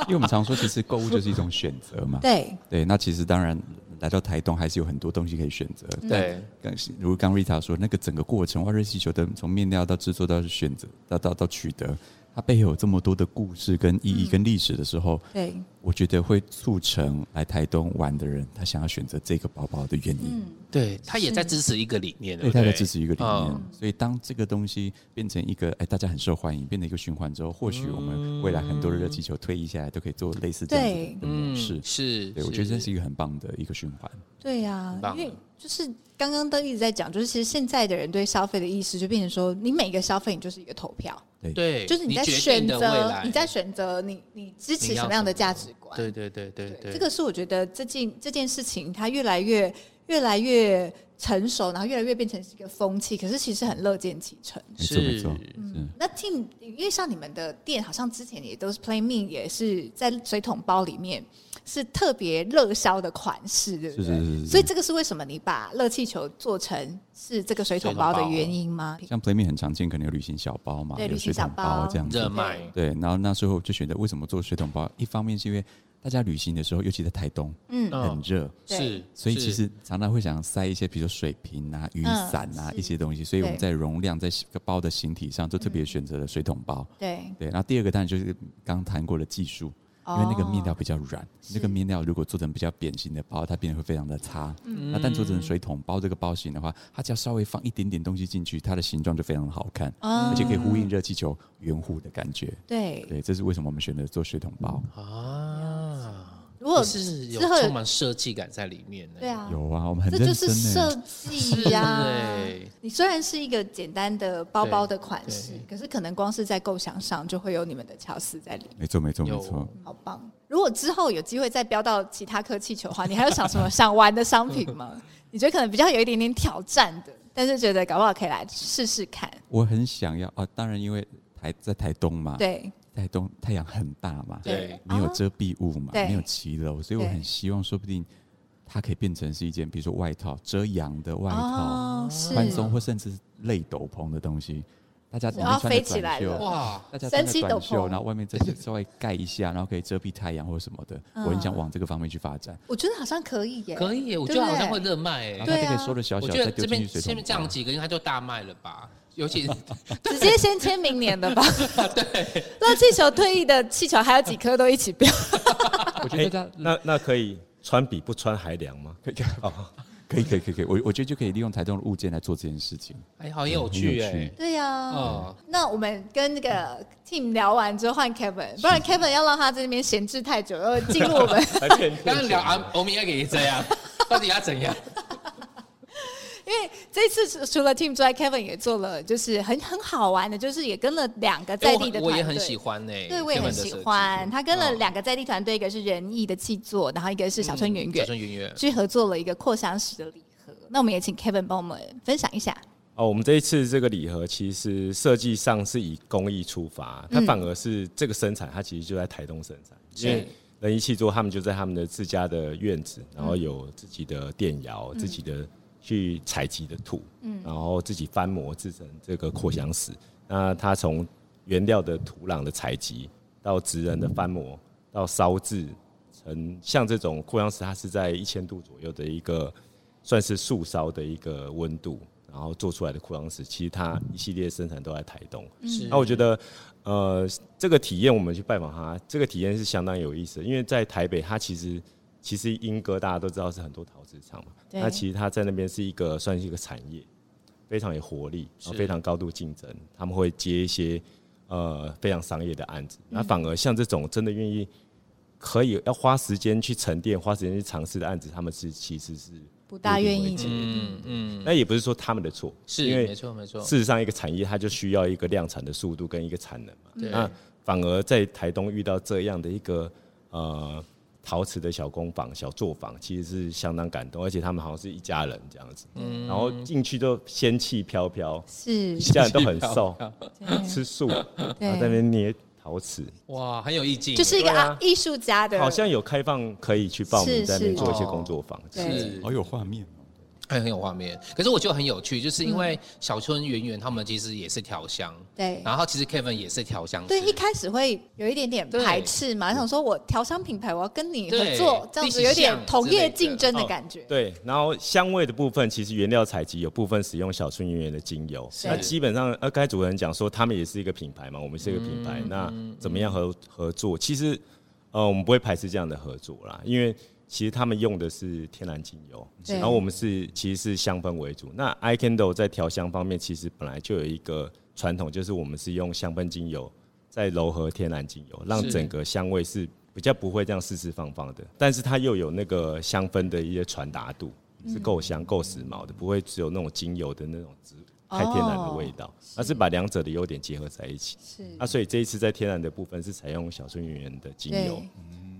Speaker 4: 因为我们常说，其实购物就是一种选择嘛。
Speaker 1: 对，
Speaker 4: 对，那其实当然来到台东还是有很多东西可以选择。
Speaker 1: 嗯
Speaker 2: 对，
Speaker 4: 但是如刚 Rita 说，那个整个过程，哇，热气球的从面料到制作到选择到到到取得，它背后有这么多的故事跟意
Speaker 1: 嗯
Speaker 4: 义跟历史的时候，
Speaker 1: 对，
Speaker 4: 我觉得会促成来台东玩的人，他想要选择这个包包的原因。
Speaker 1: 嗯
Speaker 2: 对，他也在支持一个理念，
Speaker 4: 对，
Speaker 2: 不
Speaker 4: 他
Speaker 2: 对？
Speaker 4: 在支持一个理念，
Speaker 2: 嗯
Speaker 4: 所以当这个东西变成一个哎大家很受欢迎，变成一个循环之后，或许我们未来很多的热气球推移下来都可以做类似这样子的模式。
Speaker 2: 嗯是，
Speaker 4: 对，我觉得这是一个很棒的一个循环。
Speaker 1: 对呀、
Speaker 2: 棒
Speaker 1: 因为就是刚刚都一直在讲，就是其实现在的人对消费的意识就变成说，你每个消费你就是一个投票，
Speaker 2: 对，
Speaker 1: 就是你在
Speaker 2: 决定
Speaker 1: 选
Speaker 2: 的未
Speaker 1: 择
Speaker 2: 来，
Speaker 1: 你在选择你你支持
Speaker 2: 你要
Speaker 1: 什么样的
Speaker 2: 什么
Speaker 1: 价值观。
Speaker 2: 对对对对
Speaker 1: 对
Speaker 2: 对，
Speaker 1: 这个是我觉得这件这件事情它越来越越来越成熟，然后越来越变成是一个风气，可是其实很乐见其成。
Speaker 4: 没错没
Speaker 2: 是
Speaker 4: 错，嗯，
Speaker 1: 那 Team，因为像你们的店，好像之前也都是 Play Me，也是在水桶包里面是特别热销的款式，对不对？
Speaker 4: 是是是是
Speaker 1: 所以这个是为什么你把热气球做成是这个水桶包的原因吗？
Speaker 4: 像 Playme 很常见，可能有旅行小包嘛，
Speaker 1: 对
Speaker 4: 有
Speaker 1: 旅行
Speaker 4: 水桶
Speaker 1: 小包
Speaker 4: 包这样
Speaker 2: 热
Speaker 4: 子。
Speaker 2: 卖，
Speaker 4: 对，然后那时候就选择为什么做水桶包，一方面是因为大家旅行的时候，尤其在台东
Speaker 1: 嗯，
Speaker 2: 嗯
Speaker 4: 很热，
Speaker 1: 对
Speaker 2: 是，
Speaker 4: 所以其
Speaker 2: 是
Speaker 4: 实常常会想塞一些，比如说水瓶啊、雨
Speaker 1: 嗯
Speaker 4: 伞啊
Speaker 1: 是
Speaker 4: 一些东西，所以我们
Speaker 1: 对
Speaker 4: 在容量在包的形体上，就特别选择了水桶包。
Speaker 1: 对，
Speaker 4: 对，然后第二个当然就是刚谈过的技术，因为那
Speaker 1: 哦
Speaker 4: 个面料比较软，那个面料如果做成比较扁形的包，它变得会非常的差。
Speaker 1: 嗯
Speaker 4: 那但做成水桶包这个包型的话，它只要稍微放一点点东西进去，它的形状就非常好看，
Speaker 1: 哦
Speaker 4: 而且可以呼应热气球圆弧的感觉。
Speaker 1: 对。
Speaker 4: 对，这是为什么我们选择做水桶包。
Speaker 1: 嗯
Speaker 2: 啊，
Speaker 1: 如果
Speaker 2: 是有
Speaker 1: 之后有
Speaker 2: 充满设计感在里面呢。
Speaker 1: 对啊，
Speaker 4: 有啊，我们很
Speaker 1: 这
Speaker 4: 认
Speaker 1: 就是
Speaker 4: 真呢
Speaker 1: 设。计
Speaker 2: 啊
Speaker 1: 呀
Speaker 2: 对。
Speaker 1: 你虽然是一个简单的包包的款式
Speaker 2: 对，
Speaker 1: 可是可能光是在构想上就会有你们的巧思在里面，
Speaker 4: 没错，没错，没
Speaker 2: 有
Speaker 4: 错。
Speaker 1: 好棒！如果之后有机会再飙到其他颗气球的话，你还有想什么想玩的商品吗？ 你觉得可能比较有一点点挑战的，但是觉得搞不好可以来试试看。
Speaker 4: 我很想要啊，当然因为台在台东嘛，
Speaker 1: 对
Speaker 4: 台东太阳很大嘛，
Speaker 2: 对
Speaker 4: 没有遮蔽物嘛，
Speaker 1: 哦对
Speaker 4: 没有骑楼，所以我
Speaker 1: 对
Speaker 4: 很希望，说不定它可以变成是一件，比如说外套遮阳的外套，
Speaker 1: 哦，是
Speaker 4: 宽松或甚至是类斗篷的东西，大家里面
Speaker 1: 我要
Speaker 4: 穿
Speaker 1: 飞起
Speaker 4: 着
Speaker 1: 来
Speaker 4: 短
Speaker 1: 了
Speaker 4: 袖。
Speaker 2: 哇，
Speaker 4: 大家穿着
Speaker 1: 神奇斗
Speaker 4: 短
Speaker 1: 篷
Speaker 4: 袖，然后外面再稍微盖一下，然后可以遮蔽太阳或什么的。
Speaker 1: 嗯
Speaker 4: 我很想往这个方面去发展。
Speaker 1: 我觉得好像可以耶。
Speaker 2: 可以耶，我觉
Speaker 1: 对
Speaker 2: 得好像会热卖哎
Speaker 4: 然后。它
Speaker 1: 对
Speaker 4: 就
Speaker 1: 啊
Speaker 4: 可以收的小
Speaker 2: 我
Speaker 4: 小，
Speaker 2: 觉得
Speaker 4: 再丢
Speaker 2: 这
Speaker 4: 进
Speaker 2: 边
Speaker 4: 去水
Speaker 2: 下面
Speaker 4: 桶啊
Speaker 2: 这样
Speaker 4: 包。
Speaker 2: 几个应该就大卖了吧？尤其
Speaker 1: 直接先签明年的吧。 对，那气球退役的气球还有几颗都一起飙。
Speaker 4: 我觉
Speaker 5: 哎
Speaker 4: 得大家
Speaker 5: 那那可以穿比不穿还凉吗？
Speaker 4: 可以可以可以可以可以，我我觉得就可以利用台东的物件来做这件事情。
Speaker 2: 哎，好有趣
Speaker 4: 很有
Speaker 2: 哎
Speaker 4: 趣。
Speaker 1: 对呀、
Speaker 2: 哦，
Speaker 1: 那我们跟那个 team 聊完之后换 Kevin，不然 Kevin 要让他在那边闲置太久，要进入我们，
Speaker 5: 还骗
Speaker 2: 刚刚聊
Speaker 5: 啊？
Speaker 2: 啊，欧米亚给这样，到底要怎样？
Speaker 1: 因为这次除了 team 之外，Kevin 也做了就是很很好玩的，就是也跟了两个在地的团队、
Speaker 2: 我我也很喜欢哎，
Speaker 1: 对，我也很喜欢。
Speaker 2: 嗯
Speaker 1: 他跟了两个在地团队，一个是仁义的气作，然后一个是小春圆
Speaker 2: 小
Speaker 1: 圆，
Speaker 2: 春圆圆，
Speaker 1: 去合作了一个扩香石的礼盒。那我们也请 Kevin 帮我们分享一下。
Speaker 5: 哦，我们这一次这个礼盒其实设计上是以工艺出发，
Speaker 1: 嗯
Speaker 5: 它反而是这个生产，它其实就在台东生产，因为人一气作他们就在他们的自家的院子，然
Speaker 1: 嗯
Speaker 5: 后有自己的电窑，自己的去采集的土，
Speaker 1: 嗯
Speaker 5: 然后自己翻模制成这个扩香石。那它从原料的土壤的采集到职人的翻模，到烧制成像这种扩香石，它是在一千度左右的一个算是素烧的一个温度，然后做出来的扩香石，其实它一系列生产都在台东。
Speaker 2: 是
Speaker 5: 那我觉得，呃，这个体验我们去拜访它，这个体验是相当有意思的，因为在台北，它其实其实莺歌大家都知道是很多陶瓷厂嘛，
Speaker 1: 对
Speaker 5: 那其实它在那边是一个算是一个产业，非常有活力，然后
Speaker 2: 是
Speaker 5: 非常高度竞争，他们会接一些呃非常商业的案子，
Speaker 1: 嗯
Speaker 5: 那反而像这种真的愿意可以要花时间去沉淀、花时间去尝试的案子，他们是其实是
Speaker 1: 不大愿意
Speaker 5: 不一定会
Speaker 1: 接。
Speaker 2: 嗯嗯，
Speaker 5: 那也不是说他们的错，
Speaker 2: 是
Speaker 5: 因为
Speaker 2: 没错没错，
Speaker 5: 事实上，一个产业它就需要一个量产的速度跟一个产能嘛。
Speaker 2: 对
Speaker 5: 那反而在台东遇到这样的一个呃陶瓷的小工坊、小作坊，其实是相当感动，而且他们好像是一家人这样子。
Speaker 2: 嗯
Speaker 5: 然后进去都仙气 飘飘，
Speaker 1: 是
Speaker 5: 一，家人都很瘦，
Speaker 1: 对
Speaker 5: 吃素，然后啊在那
Speaker 1: 对，
Speaker 5: 边捏陶瓷，
Speaker 2: 哇，很有意境，
Speaker 1: 就是一个
Speaker 5: 对啊
Speaker 1: 啊艺术家的，
Speaker 5: 好像有开放可以去报
Speaker 1: 是
Speaker 5: 名，在那边
Speaker 1: 是
Speaker 5: 做一些工作坊。
Speaker 1: 对
Speaker 2: 是
Speaker 4: 好有画面哦。
Speaker 2: 很有画面。可是我觉得很有趣，就是因为小春圆圆他们其实也是调香，
Speaker 1: 对
Speaker 2: 然后其实 Kevin 也是调香师，
Speaker 1: 对，一开始会有一点点
Speaker 2: 对
Speaker 1: 排斥嘛，想说我调香品牌，我要跟你合
Speaker 2: 对
Speaker 1: 作，这样子
Speaker 2: 一起
Speaker 1: 有点
Speaker 2: 像
Speaker 1: 同
Speaker 2: 之类
Speaker 1: 业
Speaker 2: 的
Speaker 1: 竞争的
Speaker 5: 哦
Speaker 1: 感觉。
Speaker 5: 对，然后香味的部分，其实原料采集有部分使用小春圆圆的精油。那基本上，呃，刚才主持人讲说，他们也是一个品牌嘛，我们是一个品牌，那怎么样合合作？其实，呃，我们不会排斥这样的合作啦，因为其实他们用的是天然精油，
Speaker 1: 对
Speaker 5: 然后我们是其实是香氛为主。那 i c a n d l 在调香方面，其实本来就有一个传统，就是我们是用香氛精油再柔和天然精油，让
Speaker 2: 是
Speaker 5: 整个香味是比较不会这样四四方方的，但是它又有那个香氛的一些传达度，是够香、够时髦的，不会只有那种精油的那种植太天然的味道，而是把两者的优点结合在一起。
Speaker 1: 是
Speaker 5: 啊，所以这一次在天然的部分是采用小春圆圆的精油
Speaker 1: 对，，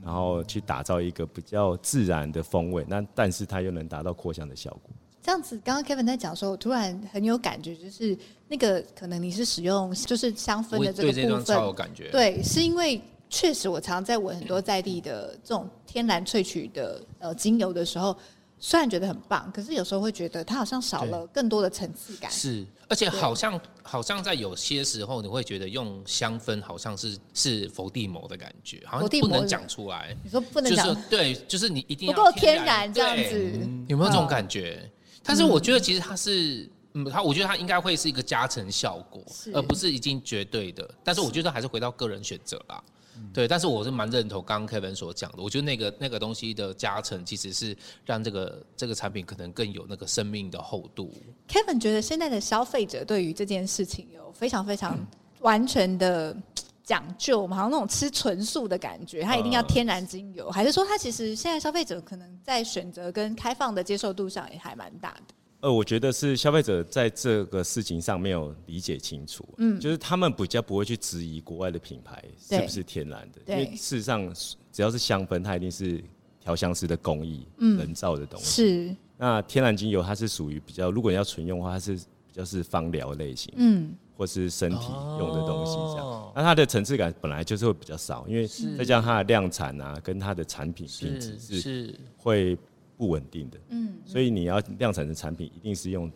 Speaker 5: 然后去打造一个比较自然的风味，那但是它又能达到扩香的效果。
Speaker 1: 这样子，刚刚 Kevin 在讲的时候，我突然很有感觉，就是那个可能你是使用就是香氛
Speaker 2: 我
Speaker 1: 的
Speaker 2: 对
Speaker 1: 这
Speaker 2: 这
Speaker 1: 个
Speaker 2: 段
Speaker 1: 部
Speaker 2: 超有
Speaker 1: 分，
Speaker 2: 感觉，
Speaker 1: 对，是因为确实我常在闻很多在地的这种天然萃取的呃精油的时候，虽然觉得很棒，可是有时候会觉得它好像少了更多的层次感。
Speaker 2: 是，而且好像好像在有些时候，你会觉得用香氛好像是是伏地魔的感觉，好
Speaker 1: 伏
Speaker 2: 像
Speaker 1: 地
Speaker 2: 不
Speaker 1: 魔
Speaker 2: 能
Speaker 1: 的
Speaker 2: 讲出来，
Speaker 1: 你说不能
Speaker 2: 就
Speaker 1: 讲
Speaker 2: 是对，就是你一定
Speaker 1: 不
Speaker 2: 要
Speaker 1: 够天然这样
Speaker 2: 对
Speaker 1: 子，
Speaker 2: 有没有这
Speaker 1: 嗯
Speaker 2: 种感觉？但是我觉得其实它是，嗯，它我觉得它应该会是一个加成效果
Speaker 1: 是，
Speaker 2: 而不是已经绝对的。但是我觉得还是回到个人选择啦。对，但是我是蛮认同刚刚 Kevin 所讲的，我觉得那个那个东西的加成其实是让这个这个产品可能更有那个生命的厚度。
Speaker 1: Kevin 觉得现在的消费者对于这件事情有非常非常完全的讲究，我们好像那种吃纯素的感觉，他一定要天然精油，还是说他其实现在消费者可能在选择跟开放的接受度上也还蛮大的？
Speaker 5: 呃，我觉得是消费者在这个事情上没有理解清楚，嗯，就是他们比较不会去质疑国外的品牌
Speaker 1: 对
Speaker 5: 是不是天然的，
Speaker 1: 对
Speaker 5: 因为事实上只要是香氛，它一定是调香师的工艺、人造的东西。
Speaker 1: 嗯是，
Speaker 5: 那天然精油它是属于比较，如果你要纯用的话，它是比较是芳疗类型，
Speaker 1: 嗯，
Speaker 5: 或是身体用的东西这样。
Speaker 2: 哦
Speaker 5: 那它的层次感本来就是会比较少，因为再加上它的量产啊，跟它的产品品质
Speaker 2: 是是，
Speaker 5: 会不稳定的，嗯，所以你要量产的产品一定是用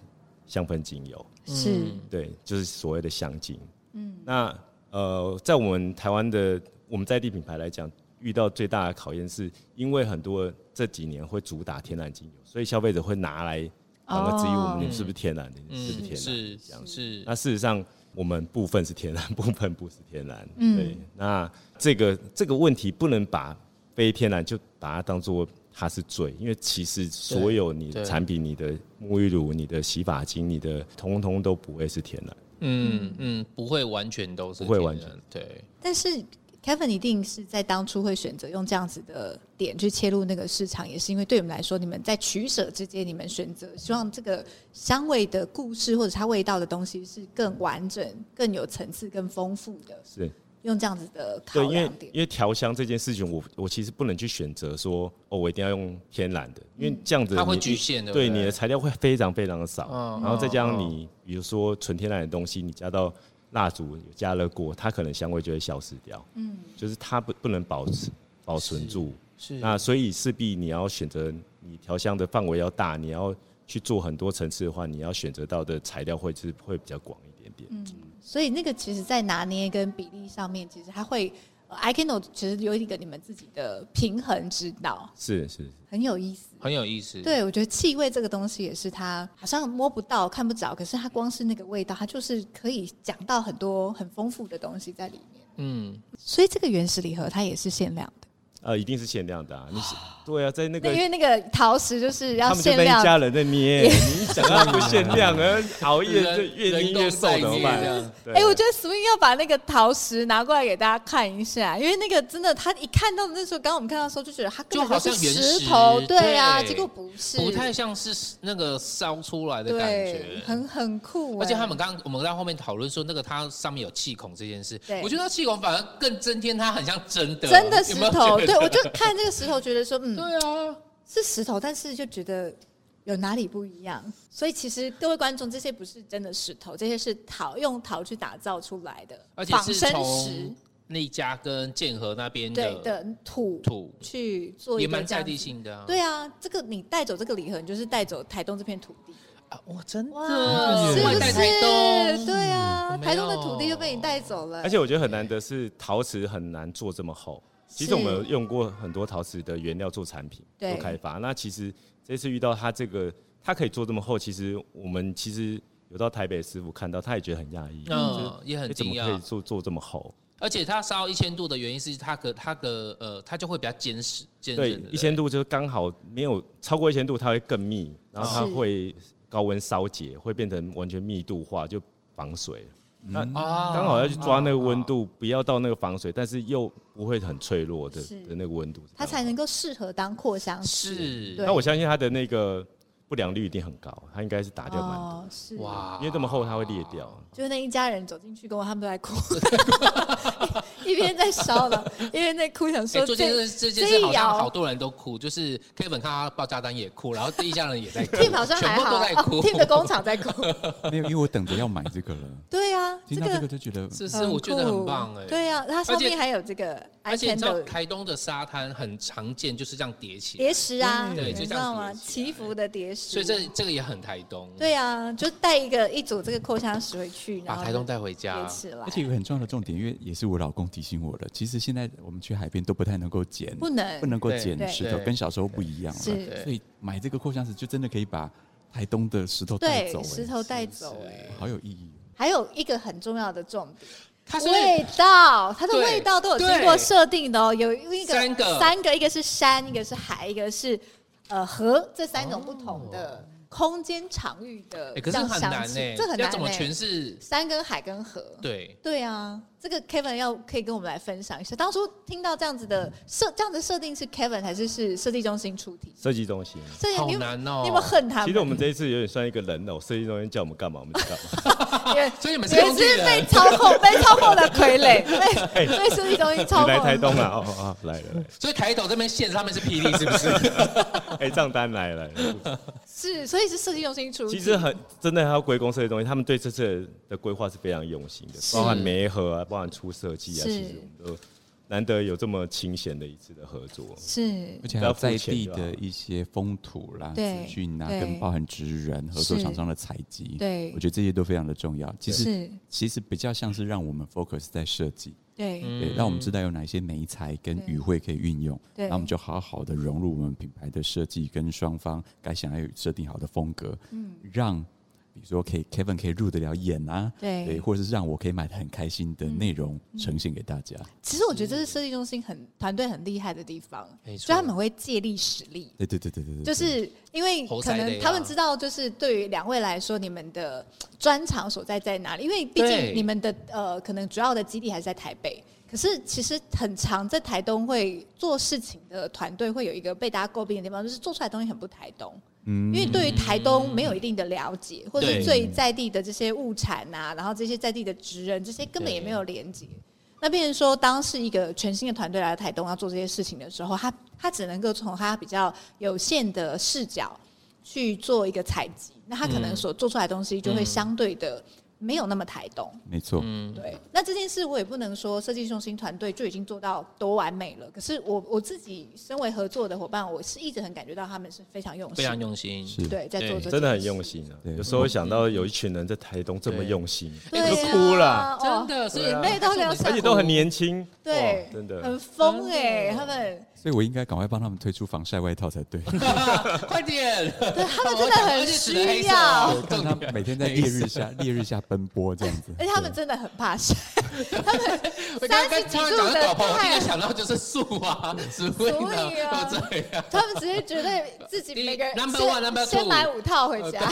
Speaker 5: 香氛精油，
Speaker 1: 是，
Speaker 5: 对，就是所谓的香精，嗯，那呃，在我们台湾的我们在地品牌来讲，遇到最大的考验是因为很多这几年会主打天然精油，所以消费者会拿来反而质疑我们你是不是天然的，你是不是天然的？
Speaker 2: 嗯是是
Speaker 5: 那事实上，我们部分是天然，部分不是天然。对，那这个这个问题不能把非天然就把它当做它是罪，因为其实所有你的
Speaker 2: 对
Speaker 5: 产品、你的沐浴乳、你的洗发精、你的，通通都不会是天然。
Speaker 2: 嗯嗯，不会完全都是
Speaker 5: 不会
Speaker 2: 天
Speaker 5: 完全
Speaker 2: 然对。
Speaker 1: 但是 Kevin 一定是在当初会选择用这样子的点去切入那个市场，也是因为对你们来说，你们在取舍之间，你们选择希望这个香味的故事或者它味道的东西是更完整、更有层次、更丰富的，
Speaker 5: 是
Speaker 1: 用这样子的考
Speaker 5: 对，因为
Speaker 1: 量点。
Speaker 5: 因为调香这件事情我，我其实不能去选择说哦，我一定要用天然的，因为这样子
Speaker 2: 它会
Speaker 5: 你
Speaker 2: 局限对不
Speaker 5: 对
Speaker 2: 对
Speaker 5: 你的材料会非常非常的少，
Speaker 2: 嗯
Speaker 5: 然后再加上你、比如说纯天然的东西，你加到蜡烛、加热过，它可能香味就会消失掉，嗯，就是它不不能保持保存住，
Speaker 2: 是
Speaker 5: 那所以势必你要选择你调香的范围要大，你要去做很多层次的话，你要选择到的材料会是会比较广一点
Speaker 1: 嗯
Speaker 5: 点，
Speaker 1: 所以那个其实，在拿捏跟比例上面，其实它会。I 呃 can know，其实有一个你们自己的平衡指导，
Speaker 5: 是是。是
Speaker 1: 很有意思。
Speaker 2: 很有意思。
Speaker 1: 对，我觉得气味这个东西也是它好像摸不到、看不着，可是它光是那个味道，它就是可以讲到很多很丰富的东西在里面。
Speaker 2: 嗯，
Speaker 1: 所以这个原始礼盒它也是限量的，
Speaker 5: 呃，一定是限量的、啊。你是对啊，在
Speaker 1: 那
Speaker 5: 那个
Speaker 1: 因为那个陶瓷就是要
Speaker 5: 他们就
Speaker 1: 限
Speaker 5: 在一
Speaker 1: 量，
Speaker 5: 家人在捏，你一讲到不限 量，然后熬夜就越
Speaker 2: 人
Speaker 5: 捏越瘦
Speaker 2: 人
Speaker 5: 怎
Speaker 2: 工
Speaker 5: 么
Speaker 2: 代
Speaker 5: 办？
Speaker 2: 念
Speaker 5: 对啊
Speaker 1: 哎、我觉得 Swing 要把那个陶石拿过来给大家看一下，因为那个真的，他一看到那时候，刚刚我们看到的时候就觉得它根本
Speaker 2: 就好像
Speaker 1: 是
Speaker 2: 原石
Speaker 1: 石头，对啊，
Speaker 2: 对
Speaker 1: 结果不是，
Speaker 2: 这样不太像是那个烧出来的感
Speaker 1: 对
Speaker 2: 觉，，
Speaker 1: 很很酷、
Speaker 2: 而且
Speaker 1: 哎
Speaker 2: 他们刚我们在后面讨论说，那个它上面有气孔这件事
Speaker 1: 对，
Speaker 2: 我觉得它气孔反而更增添它很像真的，
Speaker 1: 哎真的
Speaker 2: 有
Speaker 1: 石
Speaker 2: 没有
Speaker 1: 头，
Speaker 2: 觉
Speaker 1: 对
Speaker 2: 得
Speaker 1: 我就看这个石头，觉得说， 嗯，
Speaker 2: 对啊，
Speaker 1: 是石头，但是就觉得有哪里不一样。所以其实各位观众，这些不是真的石头，这些是陶用陶去打造出来的，
Speaker 2: 而且
Speaker 1: 仿
Speaker 2: 是
Speaker 1: 生石
Speaker 2: 从那家跟建和那边
Speaker 1: 对
Speaker 2: 的
Speaker 1: 的土
Speaker 2: 土，
Speaker 1: 去做一
Speaker 2: 也
Speaker 1: 个
Speaker 2: 蛮
Speaker 1: 这
Speaker 2: 在
Speaker 1: 样
Speaker 2: 地
Speaker 1: 子
Speaker 2: 性的啊。
Speaker 1: 对啊，这个你带走这个礼盒，你就是带走台东这片土地。
Speaker 2: 啊，哇，真
Speaker 1: 哇，
Speaker 2: 的，
Speaker 1: 是不
Speaker 2: 外
Speaker 1: 是
Speaker 2: 带台东，
Speaker 1: 对啊，
Speaker 2: 嗯
Speaker 1: 台东的土地就被你带走了。
Speaker 5: 而且我觉得很难得是陶瓷很难做这么厚。其实我们有用过很多陶瓷的原料做产品
Speaker 1: 对
Speaker 5: 做开发，那其实这次遇到它这个，它可以做这么厚，其实我们其实有到台北的师傅看到，他也觉得很讶异，
Speaker 2: 嗯，也
Speaker 5: 哎
Speaker 2: 很
Speaker 5: 怎
Speaker 2: 惊
Speaker 5: 么可以
Speaker 2: 讶。
Speaker 5: 做做这么厚？
Speaker 2: 而且它烧一千度的原因是它的它的呃，它就会比较坚实，坚
Speaker 5: 对
Speaker 2: 韧的，
Speaker 5: 一千度就是刚好没有超过一千度，它会更密，然后它
Speaker 1: 是
Speaker 5: 会高温烧结，会变成完全密度化，就防水了。那
Speaker 2: 啊
Speaker 5: 刚好要去抓那个温度，不要到那个防水，但是又不会很脆弱的
Speaker 1: 是
Speaker 5: 的那个温度，
Speaker 1: 它才能够适合当扩香石。
Speaker 2: 是
Speaker 1: 啊对
Speaker 5: 那我相信它的那个不良率一定很高，它应该是打掉蛮多，
Speaker 1: 哦，啊是哇，
Speaker 2: 哇
Speaker 5: 因为这么厚它会裂掉。
Speaker 1: 就是那一家人走进去跟我，他们都 在哭，一边在烧了，一边在哭，想
Speaker 2: 哎、
Speaker 1: 说
Speaker 2: 最近
Speaker 1: 这
Speaker 2: 这这件事
Speaker 1: 这
Speaker 2: 好
Speaker 1: 一
Speaker 2: 像
Speaker 1: 摇
Speaker 2: 好多人都哭，就是 Kevin 看他报价单也哭，然后地下人也在哭
Speaker 1: team 好像还
Speaker 2: 全部
Speaker 1: 好
Speaker 2: 都在哭。
Speaker 1: 哦，team 的工厂在哭。
Speaker 4: 没有，因为我等着要买这个 了。
Speaker 1: 对啊，
Speaker 4: 听到这个就觉得，
Speaker 2: 是
Speaker 1: 很
Speaker 2: 是，我觉得
Speaker 1: 酷
Speaker 2: 很棒哎、
Speaker 1: 对啊，它上
Speaker 2: 而且
Speaker 1: 面还有这个
Speaker 2: 而且你知道
Speaker 1: iCandle
Speaker 2: 台东的沙滩很常见，就是这样叠起来，
Speaker 1: 叠石啊，
Speaker 2: 嗯对
Speaker 1: 你
Speaker 2: 就
Speaker 1: 知
Speaker 2: 这样
Speaker 1: 道吗？
Speaker 2: 叠起来
Speaker 1: 祈福的叠石，
Speaker 2: 所以这这个也很台东。，
Speaker 1: 对啊，就带一个一组这个扩香石回去，然
Speaker 2: 把
Speaker 1: 后
Speaker 2: 台东带回
Speaker 1: 叠
Speaker 2: 家。
Speaker 1: 起来
Speaker 4: 而，且有个很重要的重点，因为也是我老公提醒我的。其实现在我们去海边都不太能够捡，
Speaker 1: 不能
Speaker 4: 不能够
Speaker 2: 对
Speaker 4: 捡
Speaker 1: 对
Speaker 4: 石头，
Speaker 2: 对
Speaker 4: 跟小时候不一样了。
Speaker 1: 是
Speaker 2: 对
Speaker 4: 所以买这个扩香石就真的可以把台东的石头带
Speaker 1: 对
Speaker 4: 走、哎
Speaker 1: 石头带走哎、
Speaker 4: 好有意义哦。
Speaker 1: 还有一个很重要的重点，
Speaker 2: 它是
Speaker 1: 味道，它的
Speaker 2: 对
Speaker 1: 味道都有经
Speaker 2: 对
Speaker 1: 过设定的哦，有一个
Speaker 2: 三个
Speaker 1: 三个，一个是山，一个是海，一个是呃河，这三种不同的空间场域的
Speaker 2: 哦
Speaker 1: 这
Speaker 2: 哎、可是
Speaker 1: 样
Speaker 2: 很
Speaker 1: 相
Speaker 2: 难
Speaker 1: 处
Speaker 2: 呢、
Speaker 1: 这很
Speaker 2: 要
Speaker 1: 难欸
Speaker 2: 怎么
Speaker 1: 呢
Speaker 2: 诠释？
Speaker 1: 山跟海跟河，
Speaker 2: 对，
Speaker 1: 对啊，这个 Kevin 要可以跟我们来分享一下。当初听到这样子的设，这样的设定是 Kevin 还是是设计中心出题？
Speaker 5: 设计中心，
Speaker 1: 所以
Speaker 2: 好
Speaker 1: 你有
Speaker 2: 难哦
Speaker 1: 你有没有恨他们？
Speaker 5: 其实我们这一次有点算一个人偶，设计中心叫我们干嘛我们就干 嘛。
Speaker 1: 因 为
Speaker 2: 所以你们是
Speaker 1: 也
Speaker 2: 工具
Speaker 1: 是被
Speaker 2: 人，
Speaker 1: 操控、被操控的傀儡， 被被设计中心操
Speaker 5: 哎
Speaker 1: 控。
Speaker 5: 你来台东啊？哦哦，哦来了来了，
Speaker 2: 所以台头这边线上面是霹雳，是不 是？
Speaker 5: 哎，账单来了。来了
Speaker 1: 是，所以是设计中心出题。
Speaker 5: 其实很真的还要归功这些东西，他们对这次的规划是非常用心的，包含媒合啊，包含出设计
Speaker 1: 是
Speaker 5: 啊，其实我们都难得有这么清闲的一次的合作。
Speaker 1: 是
Speaker 4: 而且还有在地的一些风土啦、
Speaker 1: 对
Speaker 4: 资讯啊，
Speaker 1: 对
Speaker 4: 跟包含职人、合作厂商的采集，
Speaker 1: 对
Speaker 4: 我觉得这些都非常的重要。其实
Speaker 1: 是，
Speaker 4: 其实比较像是让我们 focus 在设计，
Speaker 1: 对，
Speaker 4: 对，让我们知道有哪一些媒材跟
Speaker 1: 嗯对
Speaker 4: 语汇可以运用，
Speaker 1: 对
Speaker 4: 然后我们就好好的融入我们品牌的设计跟双方该想要有设定好的风格，嗯，让比如说可以 Kevin 可以入得了眼啊，
Speaker 1: 对嗯
Speaker 4: 或者是让我可以买的很开心的内容呈现给大家，
Speaker 1: 其实我觉得这是设计中心很团队很厉害的地方，
Speaker 2: 没错
Speaker 1: 所以他们会借力使力。
Speaker 4: 对对对对对对，
Speaker 1: 就是因为
Speaker 2: 猴
Speaker 1: 可
Speaker 2: 塞
Speaker 1: 能
Speaker 2: 类啊
Speaker 1: 他们知道，就是对于两位来说，你们的专长所在在哪里？因为毕
Speaker 2: 对
Speaker 1: 竟你们的呃，可能主要的基地还是在台北。可是其实很常在台东会做事情的团队会有一个被大家诟病的地方，就是做出来的东西很不台东。因为对于台东没有一定的了解，或
Speaker 2: 嗯对
Speaker 1: 是最在地的这些物产啊，然后这些在地的职人，这些根本也
Speaker 2: 对
Speaker 1: 没有连接。那变成说，当是一个全新的团队来到台东要做这些事情的时候，他他只能够从他比较有限的视角去做一个采集，那他可
Speaker 5: 嗯
Speaker 1: 能所做出来的东西就会相对的没有那么台东。
Speaker 4: 没错，
Speaker 1: 嗯
Speaker 5: 嗯
Speaker 1: 对，那这件事我也不能说设计中心团队就已经做到多完美了。可是我我自己身为合作的伙伴，我是一直很感觉到他们是非常用
Speaker 2: 非
Speaker 1: 心
Speaker 2: 常用心。
Speaker 4: 是
Speaker 1: 对，在做
Speaker 2: 对
Speaker 1: 这
Speaker 5: 真的很
Speaker 1: 件事
Speaker 5: 用心啊！
Speaker 4: 对
Speaker 5: 有时候想到有一群人在台东这么用心，
Speaker 1: 对
Speaker 2: 哎
Speaker 5: 我
Speaker 1: 啊哦
Speaker 5: 都哭了，
Speaker 2: 真，的，所以
Speaker 1: 眼泪都流下
Speaker 5: 而且都很年轻，
Speaker 1: 对
Speaker 5: 哇，真的
Speaker 1: 很疯
Speaker 2: 真的
Speaker 1: 哎、他们
Speaker 4: 所以我应该赶快帮他们推出防晒外套才 对，
Speaker 2: 快点！
Speaker 1: 对他们真的很需要，
Speaker 4: 看他们每天在烈日下烈日下奔波这样子，
Speaker 1: 而且他们真的很怕晒，
Speaker 2: 我刚
Speaker 1: 30
Speaker 2: 刚
Speaker 1: 几
Speaker 2: 突然
Speaker 1: 度的
Speaker 2: 讲到宝宝，我第一
Speaker 1: 太
Speaker 2: 个
Speaker 1: 阳
Speaker 2: 想到就是树啊、植物
Speaker 1: 所
Speaker 2: 啊
Speaker 1: 以啊
Speaker 2: 都这样，
Speaker 1: 他们只是觉得自己
Speaker 2: 第一
Speaker 1: 每个人
Speaker 2: number
Speaker 1: 先
Speaker 2: one, number
Speaker 1: 先
Speaker 2: two
Speaker 1: 买五套
Speaker 2: 哦
Speaker 1: 回家。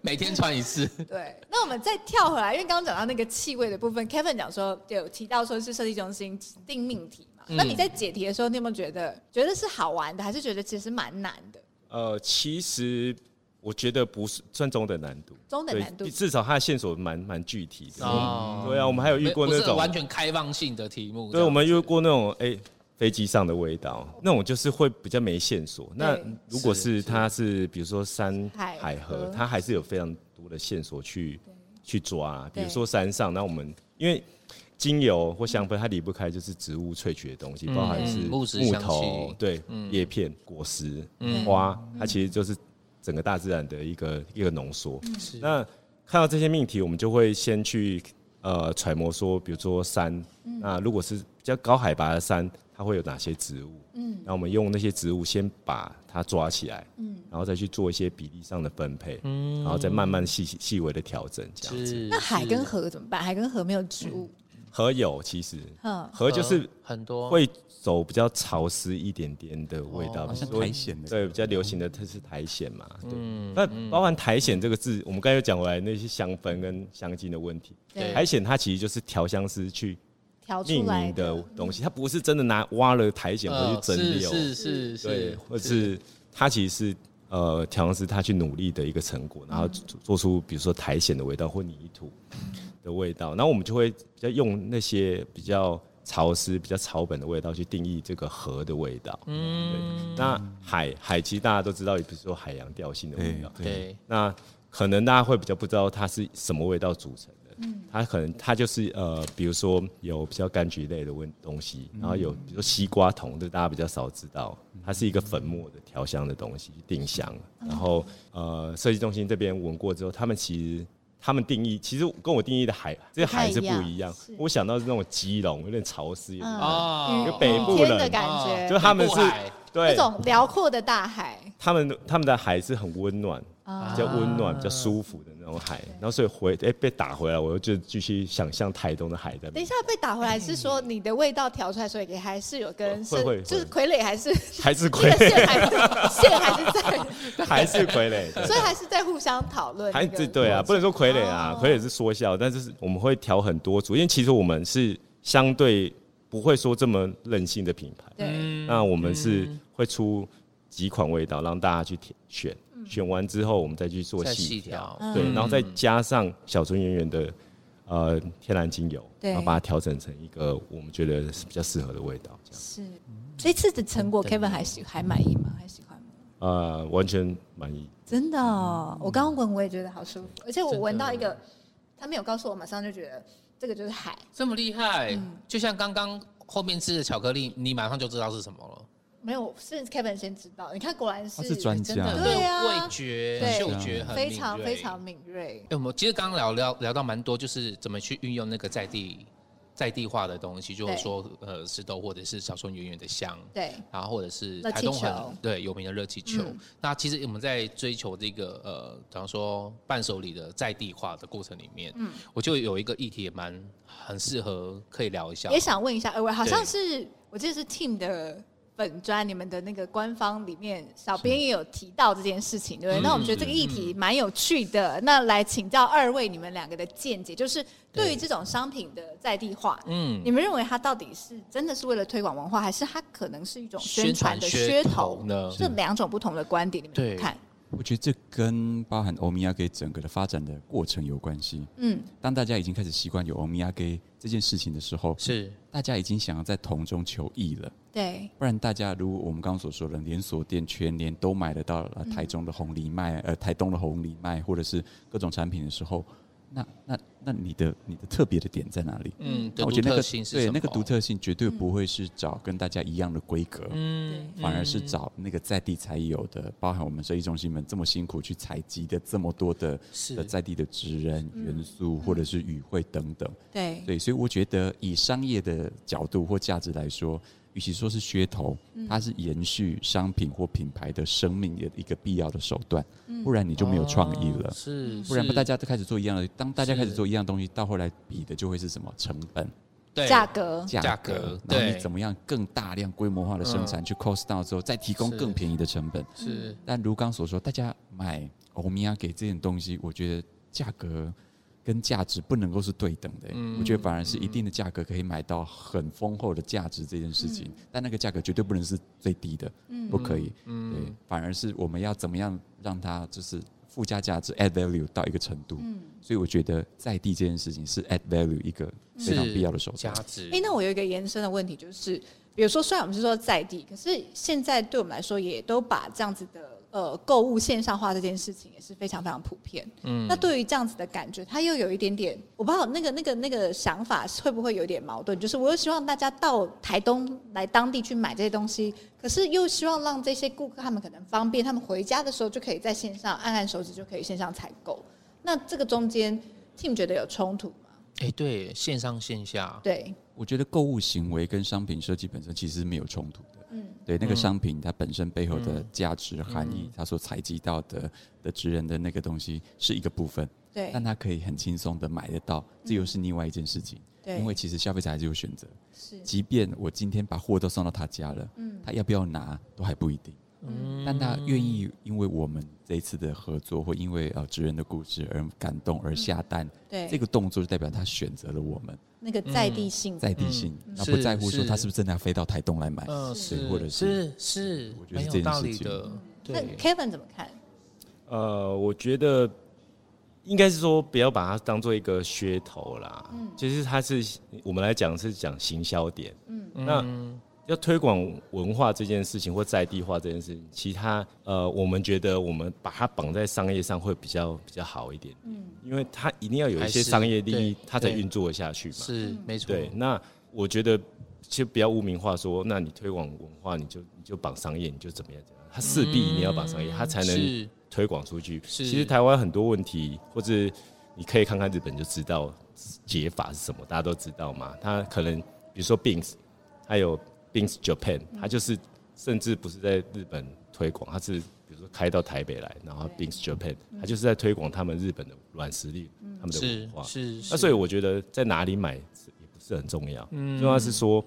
Speaker 2: 每天穿一次。
Speaker 1: 对，那我们再跳回来，因为刚刚讲到那个气味的部分，Kevin 讲说有提到说是设计中心定命题嘛，那你在解题的时候，你有没有觉得觉得是好玩的，还是觉得其实蛮难的？
Speaker 5: 呃，其实我觉得不是算中等难度，
Speaker 1: 中等
Speaker 5: 对
Speaker 1: 难度
Speaker 5: 至少它的线索蛮蛮具体的。
Speaker 2: 哦
Speaker 5: 对啊，我们还有遇过
Speaker 2: 不是
Speaker 5: 那种
Speaker 2: 完全开放性的题目。
Speaker 5: 对，我们遇过那种哎、飞机上的味道，那种就是会比较没线索。那如果
Speaker 2: 是
Speaker 5: 是它是比如说山
Speaker 1: 海
Speaker 5: 海河
Speaker 1: 河，
Speaker 5: 它还是有非常多的线索去去抓。啊比
Speaker 1: 对
Speaker 5: 如说山上，那我们因为精油或香氛，它离不开就是植物萃取的东西，包含是
Speaker 2: 嗯木质
Speaker 5: 木
Speaker 2: 香
Speaker 5: 头
Speaker 2: 气、嗯
Speaker 5: 对叶片、果实、花，它其实就是整个大自然的一个一个浓缩。
Speaker 2: 嗯
Speaker 5: 那看到这些命题，我们就会先去呃揣摩说，比如说山，
Speaker 2: 嗯
Speaker 5: 那如果是比较高海拔的山，它会有哪些植物？嗯，那我们用那些植物先把它抓起来，嗯，然后再去做一些比例上的分配，嗯，然后再慢慢细细微的调整，这样子。
Speaker 2: 是
Speaker 1: 那海跟河怎么办？海跟河没有植物，
Speaker 5: 河有其实，
Speaker 1: 嗯，
Speaker 5: 河就是
Speaker 2: 很多
Speaker 5: 会走比较潮湿一点点的味道，比
Speaker 4: 像
Speaker 5: 如说
Speaker 4: 苔藓的
Speaker 5: 对，比较流行的它是苔藓嘛，对。那包含苔藓这个字，我们刚才有讲回来那些香氛跟香精的问题，
Speaker 1: 对
Speaker 5: 苔藓它其实就是调香师去
Speaker 1: 调出
Speaker 5: 命
Speaker 1: 来
Speaker 5: 名的东西，它不是真的拿挖了苔藓回去蒸
Speaker 2: 呃是
Speaker 5: 馏，
Speaker 2: 是是
Speaker 5: 对，
Speaker 2: 是，
Speaker 5: 或是它其实是呃调香师他去努力的一个成果，
Speaker 2: 嗯
Speaker 5: 然后做做出比如说苔藓的味道或泥土的味道，然后我们就会比较用那些比较潮湿、比较草本的味道去定义这个河的味道。嗯，对。那海海其实大家都知道，也不是说海洋调性的味道，
Speaker 2: 对
Speaker 5: 那可能大家会比较不知道它是什么味道组成的。它可能它就是呃，比如说有比较柑橘类的问东西，然后有比如说西瓜酮，这大家比较少知道，它是一个粉末的调香的东西，定香。然后呃，设计中心这边闻过之后，他们其实。他们定义其实跟我定义的海，这个海是不一样。我想到是那嗯种基隆，有点潮湿，有点
Speaker 1: 雨
Speaker 2: 哦
Speaker 5: 就北
Speaker 1: 嗯
Speaker 5: 部
Speaker 1: 天
Speaker 5: 人
Speaker 1: 的感
Speaker 2: 哦
Speaker 5: 就
Speaker 1: 觉，
Speaker 5: 他们是
Speaker 2: 北部海
Speaker 1: 那
Speaker 5: 对，
Speaker 1: 种辽阔的大海，
Speaker 5: 他们他们的海是很温暖，
Speaker 1: 啊
Speaker 5: 比较温暖、比较舒服的那种海。然后所以回哎、被打回来，我就继续想象台东的海在
Speaker 1: 等
Speaker 5: 那
Speaker 1: 一
Speaker 5: 边，
Speaker 1: 下被打回来是说你的味道调出来，所以也还是有跟
Speaker 5: 会会
Speaker 1: 是就是傀儡还是
Speaker 5: 还是傀
Speaker 1: 那个线还
Speaker 5: 儡，
Speaker 1: 是线还是在，
Speaker 5: 还是 傀儡，对
Speaker 1: 所以还是在互相讨论那
Speaker 5: 还
Speaker 1: 个。
Speaker 5: 是对啊，不能说傀儡啊
Speaker 1: 哦，
Speaker 5: 傀儡是说笑，但是我们会调很多组，因为其实我们是相对不会说这么任性的品牌。
Speaker 1: 对，嗯
Speaker 5: 那我们是会出几款味道让大家去挑选，
Speaker 1: 嗯
Speaker 5: 选完之后我们再去做
Speaker 2: 再
Speaker 5: 细
Speaker 2: 细
Speaker 5: 调
Speaker 2: 调，
Speaker 5: 对，然后再加上小纯圆圆的呃天然精油，
Speaker 1: 对
Speaker 5: 然后把它调整成一个我们觉得是比较适合的味道，这样
Speaker 1: 是这次的成果，Kevin 还喜还满意吗？还喜欢吗？
Speaker 5: 呃完全满意。
Speaker 1: 真的哦，我刚刚闻我也觉得好舒服，而且我
Speaker 2: 真的
Speaker 1: 闻到一个，他没有告诉我，马上就觉得这个就是海。
Speaker 2: 这么厉害，
Speaker 1: 嗯
Speaker 2: 就像刚刚后面吃的巧克力，你马上就知道是什么了。
Speaker 1: 没有，是 Kevin 先知道，你看果然
Speaker 4: 他
Speaker 1: 哦是
Speaker 4: 是专
Speaker 2: 真
Speaker 4: 家
Speaker 2: 的，，
Speaker 1: 对啊
Speaker 2: 味觉
Speaker 1: 对、
Speaker 2: 嗅觉很
Speaker 1: 非
Speaker 2: 敏
Speaker 1: 常
Speaker 2: 锐
Speaker 1: 非常敏锐
Speaker 2: 哎、。我们其实刚刚聊聊聊到蛮多，就是怎么去运用那个在地在地化的东西，就是说呃石头或者是小春圆圆的香，
Speaker 1: 对，
Speaker 2: 然后或者是
Speaker 1: 热气
Speaker 2: 台东
Speaker 1: 球
Speaker 2: 很对有名的热气球。
Speaker 1: 嗯
Speaker 2: 那其实我们在追求这个呃，比方说伴手礼的在地化的过程里面，嗯，我就有一个议题也蛮很适合可以聊一下
Speaker 1: 也。想问一下二位，好像
Speaker 2: 对
Speaker 1: 是我记得是 Team 的本专，你们的那个官方里面，小编也有提到这件事情，对不对？
Speaker 2: 嗯
Speaker 1: 那我们觉得这个议题蛮有趣的，那来请教二位你们两个的见解，就是对于
Speaker 2: 对
Speaker 1: 这种商品的在地化，
Speaker 2: 嗯
Speaker 1: 你们认为它到底是真的是为了推广文化，还是它可能是一种宣传的噱
Speaker 2: 宣传噱
Speaker 1: 头
Speaker 2: 头呢
Speaker 1: 这两种不同的观点，你们怎么
Speaker 2: 对
Speaker 1: 看？
Speaker 4: 我觉得这跟包含欧米亚给整个的发展的过程有关系。
Speaker 1: 嗯，
Speaker 4: 当大家已经开始习惯有欧米亚给这件事情的时候，
Speaker 2: 是
Speaker 4: 大家已经想要在桶中求异了。
Speaker 1: 对，
Speaker 4: 不然，大家如我们刚刚所说的，连锁店全年都买得到呃台中的红藜麦，呃台东的红藜麦，或者是各种产品的时候，那那那你的你的特别的点在哪里？
Speaker 2: 嗯，
Speaker 4: 那
Speaker 2: 的
Speaker 4: 我
Speaker 2: 独
Speaker 4: 觉得那
Speaker 2: 特
Speaker 4: 个
Speaker 2: 性是
Speaker 4: 对
Speaker 2: 什
Speaker 4: 那个
Speaker 2: 么
Speaker 4: 独，特性绝对不会是找跟大家一样的规格，
Speaker 2: 嗯，
Speaker 4: 反而是找那个在地才有的，包含我们设计中心们这么辛苦去采集的这么多的
Speaker 2: 是
Speaker 4: 的在地的职人元素，或者是语汇等等。
Speaker 1: 对，
Speaker 2: 嗯
Speaker 4: 对，所以我觉得以商业的角度或价值来说，与其说是噱头，它是延续商品或品牌的生命的一个必要的手段，不然你就没有创意了。
Speaker 2: 哦是，
Speaker 4: 不然
Speaker 2: 是
Speaker 4: 大家都开始做一样的，当大家
Speaker 2: 是
Speaker 4: 开始做一样东西，到后来比的就会是什么成本、
Speaker 2: 对
Speaker 1: 价格，
Speaker 2: 价
Speaker 4: 价
Speaker 2: 格
Speaker 4: 格，然后
Speaker 2: 对
Speaker 4: 你怎么样更大量规模化的生产去 cost down 之后，再提供
Speaker 2: 是
Speaker 4: 更便宜的成本。
Speaker 1: 嗯
Speaker 2: 是
Speaker 4: 但如刚所说，大家买欧米亚给这件东西，我觉得价格跟价值不能够是对等的、
Speaker 2: 嗯
Speaker 4: 我觉得反而是一定的价格可以买到很丰厚的价值这件事情，
Speaker 2: 嗯
Speaker 4: 但那个价格绝对不能是最低的，不可以。
Speaker 2: 嗯
Speaker 4: 对，反而是我们要怎么样让它就是附加价值 add value 到一个程度。
Speaker 2: 嗯
Speaker 4: 所以我觉得在地这件事情是 add value 一个非常必要的手
Speaker 2: 价
Speaker 4: 段。
Speaker 2: 值。
Speaker 1: 哎、那我有一个延伸的问题，就是比如说，虽然我们是说在地，可是现在对我们来说，也都把这样子的呃购物线上化这件事情也是非常非常普遍。嗯，那对于这样子的感觉，它又有一点点，我不知道那个那个那个想法会不会有点矛盾？就是我又希望大家到台东来当地去买这些东西，可是又希望让这些顾客他们可能方便，他们回家的时候就可以在线上按按手指就可以线上采购。那这个中间，Tim 觉得有冲突吗？
Speaker 2: 哎、对，线上线
Speaker 4: 啊
Speaker 2: 下，
Speaker 1: 对，
Speaker 4: 我觉得购物行为跟商品设计本身其实没有冲突的。
Speaker 1: 嗯
Speaker 4: 对，那个商品它本身背后的价值含义，它所采集到的的职人的那个东西是一个部分，
Speaker 1: 对，嗯
Speaker 4: 但它可以很轻松的买得到，这又是另外一件事情。
Speaker 1: 对
Speaker 4: 因为其实消费者还是有选择，
Speaker 1: 是
Speaker 4: 即便我今天把货都送到他家了，
Speaker 1: 嗯
Speaker 4: 他要不要拿都还不一定。但他愿意因为我们这一次的合作，或因为呃职人的故事而感动而下单，
Speaker 1: 嗯对
Speaker 4: 这个动作就代表他选择了我们。
Speaker 1: 那个在地性，
Speaker 4: 嗯在地性，那、
Speaker 2: 嗯是
Speaker 4: 不在乎说
Speaker 2: 是
Speaker 4: 他是不是真的要飞到台东来买，
Speaker 2: 嗯、
Speaker 4: 对，
Speaker 2: 是，
Speaker 4: 或者是
Speaker 2: 是是，
Speaker 4: 我觉得
Speaker 2: 很
Speaker 4: 这
Speaker 2: 有
Speaker 4: 件
Speaker 2: 道
Speaker 4: 事
Speaker 2: 理
Speaker 4: 情
Speaker 2: 的，
Speaker 1: 那
Speaker 2: 对，
Speaker 1: Kevin 怎么看？
Speaker 5: 呃，我觉得应该是说不要把它当做一个噱头啦。
Speaker 2: 嗯
Speaker 5: 其实它是我们来讲是讲行销点。嗯，那要推广文化这件事情或在地化这件事情，其他呃，我们觉得我们把它绑在商业上会比较比较好一点。嗯，因为它一定要有一
Speaker 2: 还
Speaker 5: 些
Speaker 2: 是
Speaker 5: 商业利益
Speaker 2: 对，
Speaker 5: 它才
Speaker 2: 对
Speaker 5: 运作得下去嘛。
Speaker 2: 是
Speaker 1: 嗯
Speaker 2: 没错，
Speaker 5: 对，那我觉得其实不要污名化说，那你推广文化，你就你就绑商业，你就怎么样怎么样，它势必你要绑商业，它才能
Speaker 2: 是
Speaker 5: 推广出去。
Speaker 2: 是
Speaker 5: 其实台湾很多问题，或者你可以看看日本就知道解法是什么，大家都知道嘛。它可能比如说 Bings，还有 Bings Japan，它
Speaker 2: 嗯
Speaker 5: 就是甚至不是在日本推广，它是比如说开到台北来，然后 Bings Japan，它就是在推广他们日本的软实力，他们的
Speaker 2: 嗯
Speaker 5: 文
Speaker 2: 是
Speaker 5: 化。
Speaker 2: 是是，
Speaker 5: 那所以我觉得在哪里买是也不是很重要，
Speaker 2: 嗯
Speaker 5: 重要是说，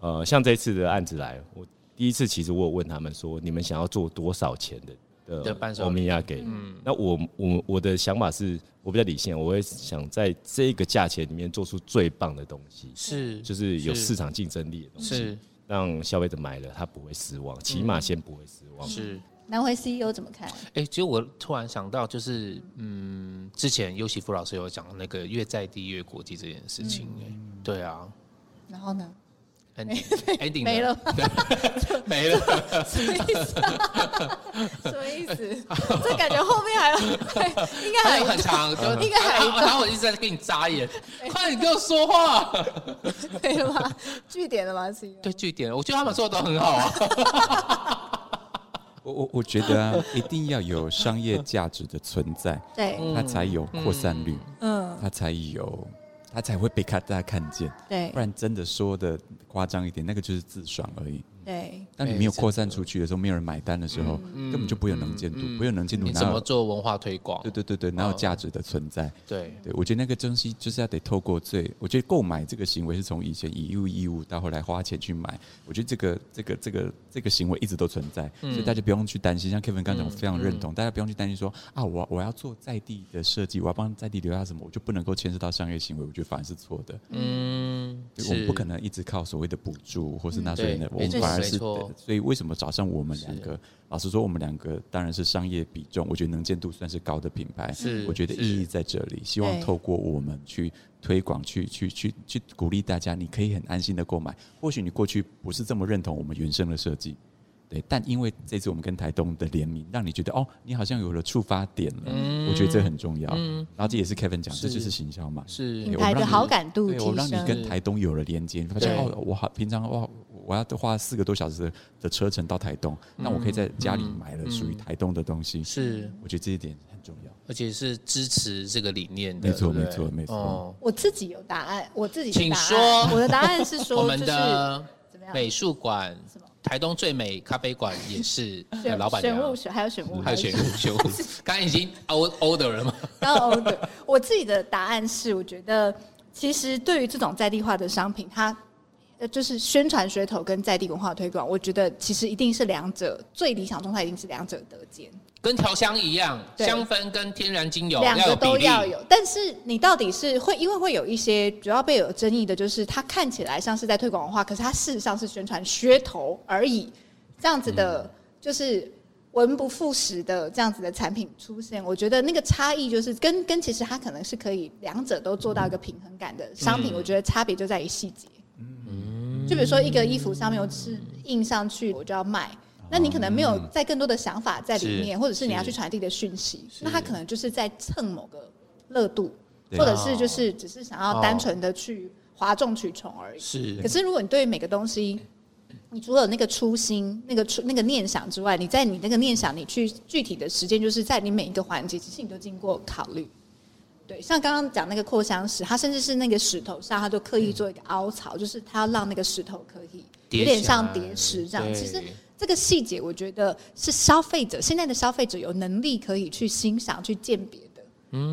Speaker 5: 呃，像这次的案子来，我第一次其实我有问他们说，你们想要做多少钱的
Speaker 2: 的伴手礼
Speaker 5: 欧米亚给？
Speaker 2: 嗯
Speaker 5: 那我我我的想法是，我比较理性，我会想在这个价钱里面做出最棒的东西，
Speaker 2: 是
Speaker 5: 就是有
Speaker 2: 是
Speaker 5: 市场竞争力的东西，
Speaker 2: 是
Speaker 5: 让消费者买了他不会失望，起码先不会失望。
Speaker 2: 是，
Speaker 1: 南回 CEO 怎么看？
Speaker 2: 哎、其实我突然想到，就是嗯，之前尤喜夫老师有讲那个越在地越国际这件事情、
Speaker 1: 嗯
Speaker 2: 哎、对啊。
Speaker 1: 然后呢？
Speaker 2: ending ending
Speaker 1: 嗯没了，
Speaker 2: 没 了，
Speaker 1: 什么意思、什么意思？这感觉后面 还有，应
Speaker 2: 还
Speaker 1: 该
Speaker 2: 有
Speaker 1: 还
Speaker 2: 很
Speaker 1: 有
Speaker 2: 长，就
Speaker 4: 嗯
Speaker 1: 应该还有一
Speaker 2: 然后然后我一直在跟你 眨眼，快点跟我说话。
Speaker 1: 对了吧？据点了吧？CEO
Speaker 2: 对据点，我觉得他们做的都很好啊。
Speaker 4: 我我我觉得 啊，一定要有商业价值的存在，
Speaker 1: 对
Speaker 2: 嗯
Speaker 4: 它才有扩散率，
Speaker 1: 嗯，
Speaker 4: 它才有，它才会被看大家看见，
Speaker 1: 对
Speaker 4: 不然真的说的夸张一点，那个就是自爽而已。
Speaker 1: 对
Speaker 4: 当你没有扩散出去的时候，没有人买单的时候，
Speaker 2: 嗯
Speaker 4: 根本就不会有能见度，不会有能见度，
Speaker 2: 你
Speaker 4: 哪
Speaker 2: 怎么嗯
Speaker 4: 有？
Speaker 2: 做文化推广
Speaker 4: 对？对对对，哪有价值的存在？
Speaker 2: 对，
Speaker 4: 对，我觉得那个东西就是要得透过最，我觉得购买这个行为是从以前以物易物到后来花钱去买，我觉得这个这个这个这个行为一直都存在，所以大家不用去担心。像 Kevin 刚才讲，我非常认同，大家不用去担心说啊，我我要做在地的设计，我要帮在地留下什么，我就不能够牵涉到商业行为，我觉得反而是错的。
Speaker 2: 嗯，
Speaker 4: 对我们
Speaker 2: 是
Speaker 4: 不可能一直靠所谓的补助或是纳税人的
Speaker 2: 嗯，
Speaker 4: 我
Speaker 2: 对
Speaker 4: 们反而是
Speaker 2: 没错
Speaker 4: 对所以为什么早上我们两个，老实说，我们两个当然是商业比重，我觉得能见度算是高的品牌，
Speaker 2: 是
Speaker 4: 我觉得
Speaker 2: 是
Speaker 4: 意义在这里。希望
Speaker 1: 对
Speaker 4: 透过我们去推广，去去去去鼓励大家，你可以很安心的购买。或许你过去不是这么认同我们原生的设计。对，但因为这次我们跟台东的联名，让你觉得哦，你好像有了触发点了，
Speaker 2: 嗯
Speaker 4: 我觉得这很重要。然后这也是 Kevin 讲，这就是行销嘛，
Speaker 2: 是
Speaker 1: 品牌的好感度
Speaker 4: 对，我
Speaker 1: 提
Speaker 4: 让你跟
Speaker 1: 升，
Speaker 4: 台东有了连接，你发现
Speaker 2: 对
Speaker 4: 哦，我好平常哇，我要花四个多小时的车程到台东，那我可以在家里买了属于台东的东西，
Speaker 2: 是，
Speaker 4: 我觉得这一点很重要。
Speaker 2: 而且是支持这个理念的，
Speaker 4: 没错
Speaker 2: 对不对
Speaker 4: 没错没错
Speaker 2: 哦
Speaker 1: 我自己有答案，我自己的
Speaker 2: 请
Speaker 1: 答案
Speaker 2: 说
Speaker 1: 我的答案是说，
Speaker 2: 我们
Speaker 1: 就是
Speaker 2: 的
Speaker 1: 怎么样？
Speaker 2: 美术馆
Speaker 1: 什么、
Speaker 2: 台东最美咖啡馆也是呃
Speaker 1: 选
Speaker 2: 老板
Speaker 1: 选
Speaker 2: 娘
Speaker 1: 物，选还有选物，
Speaker 2: 还有选物选物， 刚才已经 o- order 了嘛？
Speaker 1: 然后对我自己的答案是，我觉得其实对于这种在地化的商品，它呃就是宣传噱头跟在地文化推广，我觉得其实一定是两者最理想状态，一定是两者得兼，
Speaker 2: 跟调香一样，
Speaker 1: 对
Speaker 2: 香氛跟天然精油
Speaker 1: 两
Speaker 2: 要
Speaker 1: 个
Speaker 2: 有比
Speaker 1: 都
Speaker 2: 例。
Speaker 1: 要有。但是你到底是会因为会有一些主要被有争议的，就是它看起来像是在推广文化，可是它事实上是宣传噱头而已，这样子的，
Speaker 2: 嗯
Speaker 1: 就是。文不副实的这样子的产品出现，我觉得那个差异就是跟跟其实它可能是可以两者都做到一个平衡感的商品，
Speaker 2: 嗯
Speaker 1: 我觉得差别就在于细节。就比如说一个衣服上面我只是印上去，我就要卖。那你可能没有
Speaker 2: 嗯
Speaker 1: 再更多的想法在里面，
Speaker 2: 是
Speaker 1: 或者是你要
Speaker 2: 是
Speaker 1: 去传递的讯息，
Speaker 2: 是
Speaker 1: 那它可能就是在蹭某个热度，
Speaker 4: 对
Speaker 1: 或者
Speaker 2: 哦
Speaker 1: 是就是只是想要单纯的去哗众取宠而已。
Speaker 2: 是
Speaker 1: 可是如果你对每个东西，你除了那个初心、那个初那个念想之外，你在你那个念想，你去具体的实践，就是在你每一个环节，其实你都经过考虑。对，像刚刚讲那个扩香石，它甚至是那个石头上，它都刻意做一个凹槽，就是它要让那个石头可以有
Speaker 2: 嗯叠
Speaker 1: 点
Speaker 2: 起
Speaker 1: 像
Speaker 2: 来
Speaker 1: 叠石这样。
Speaker 2: 对
Speaker 1: 其实这个细节，我觉得是消费者现在的消费者有能力可以去欣赏、去鉴别的，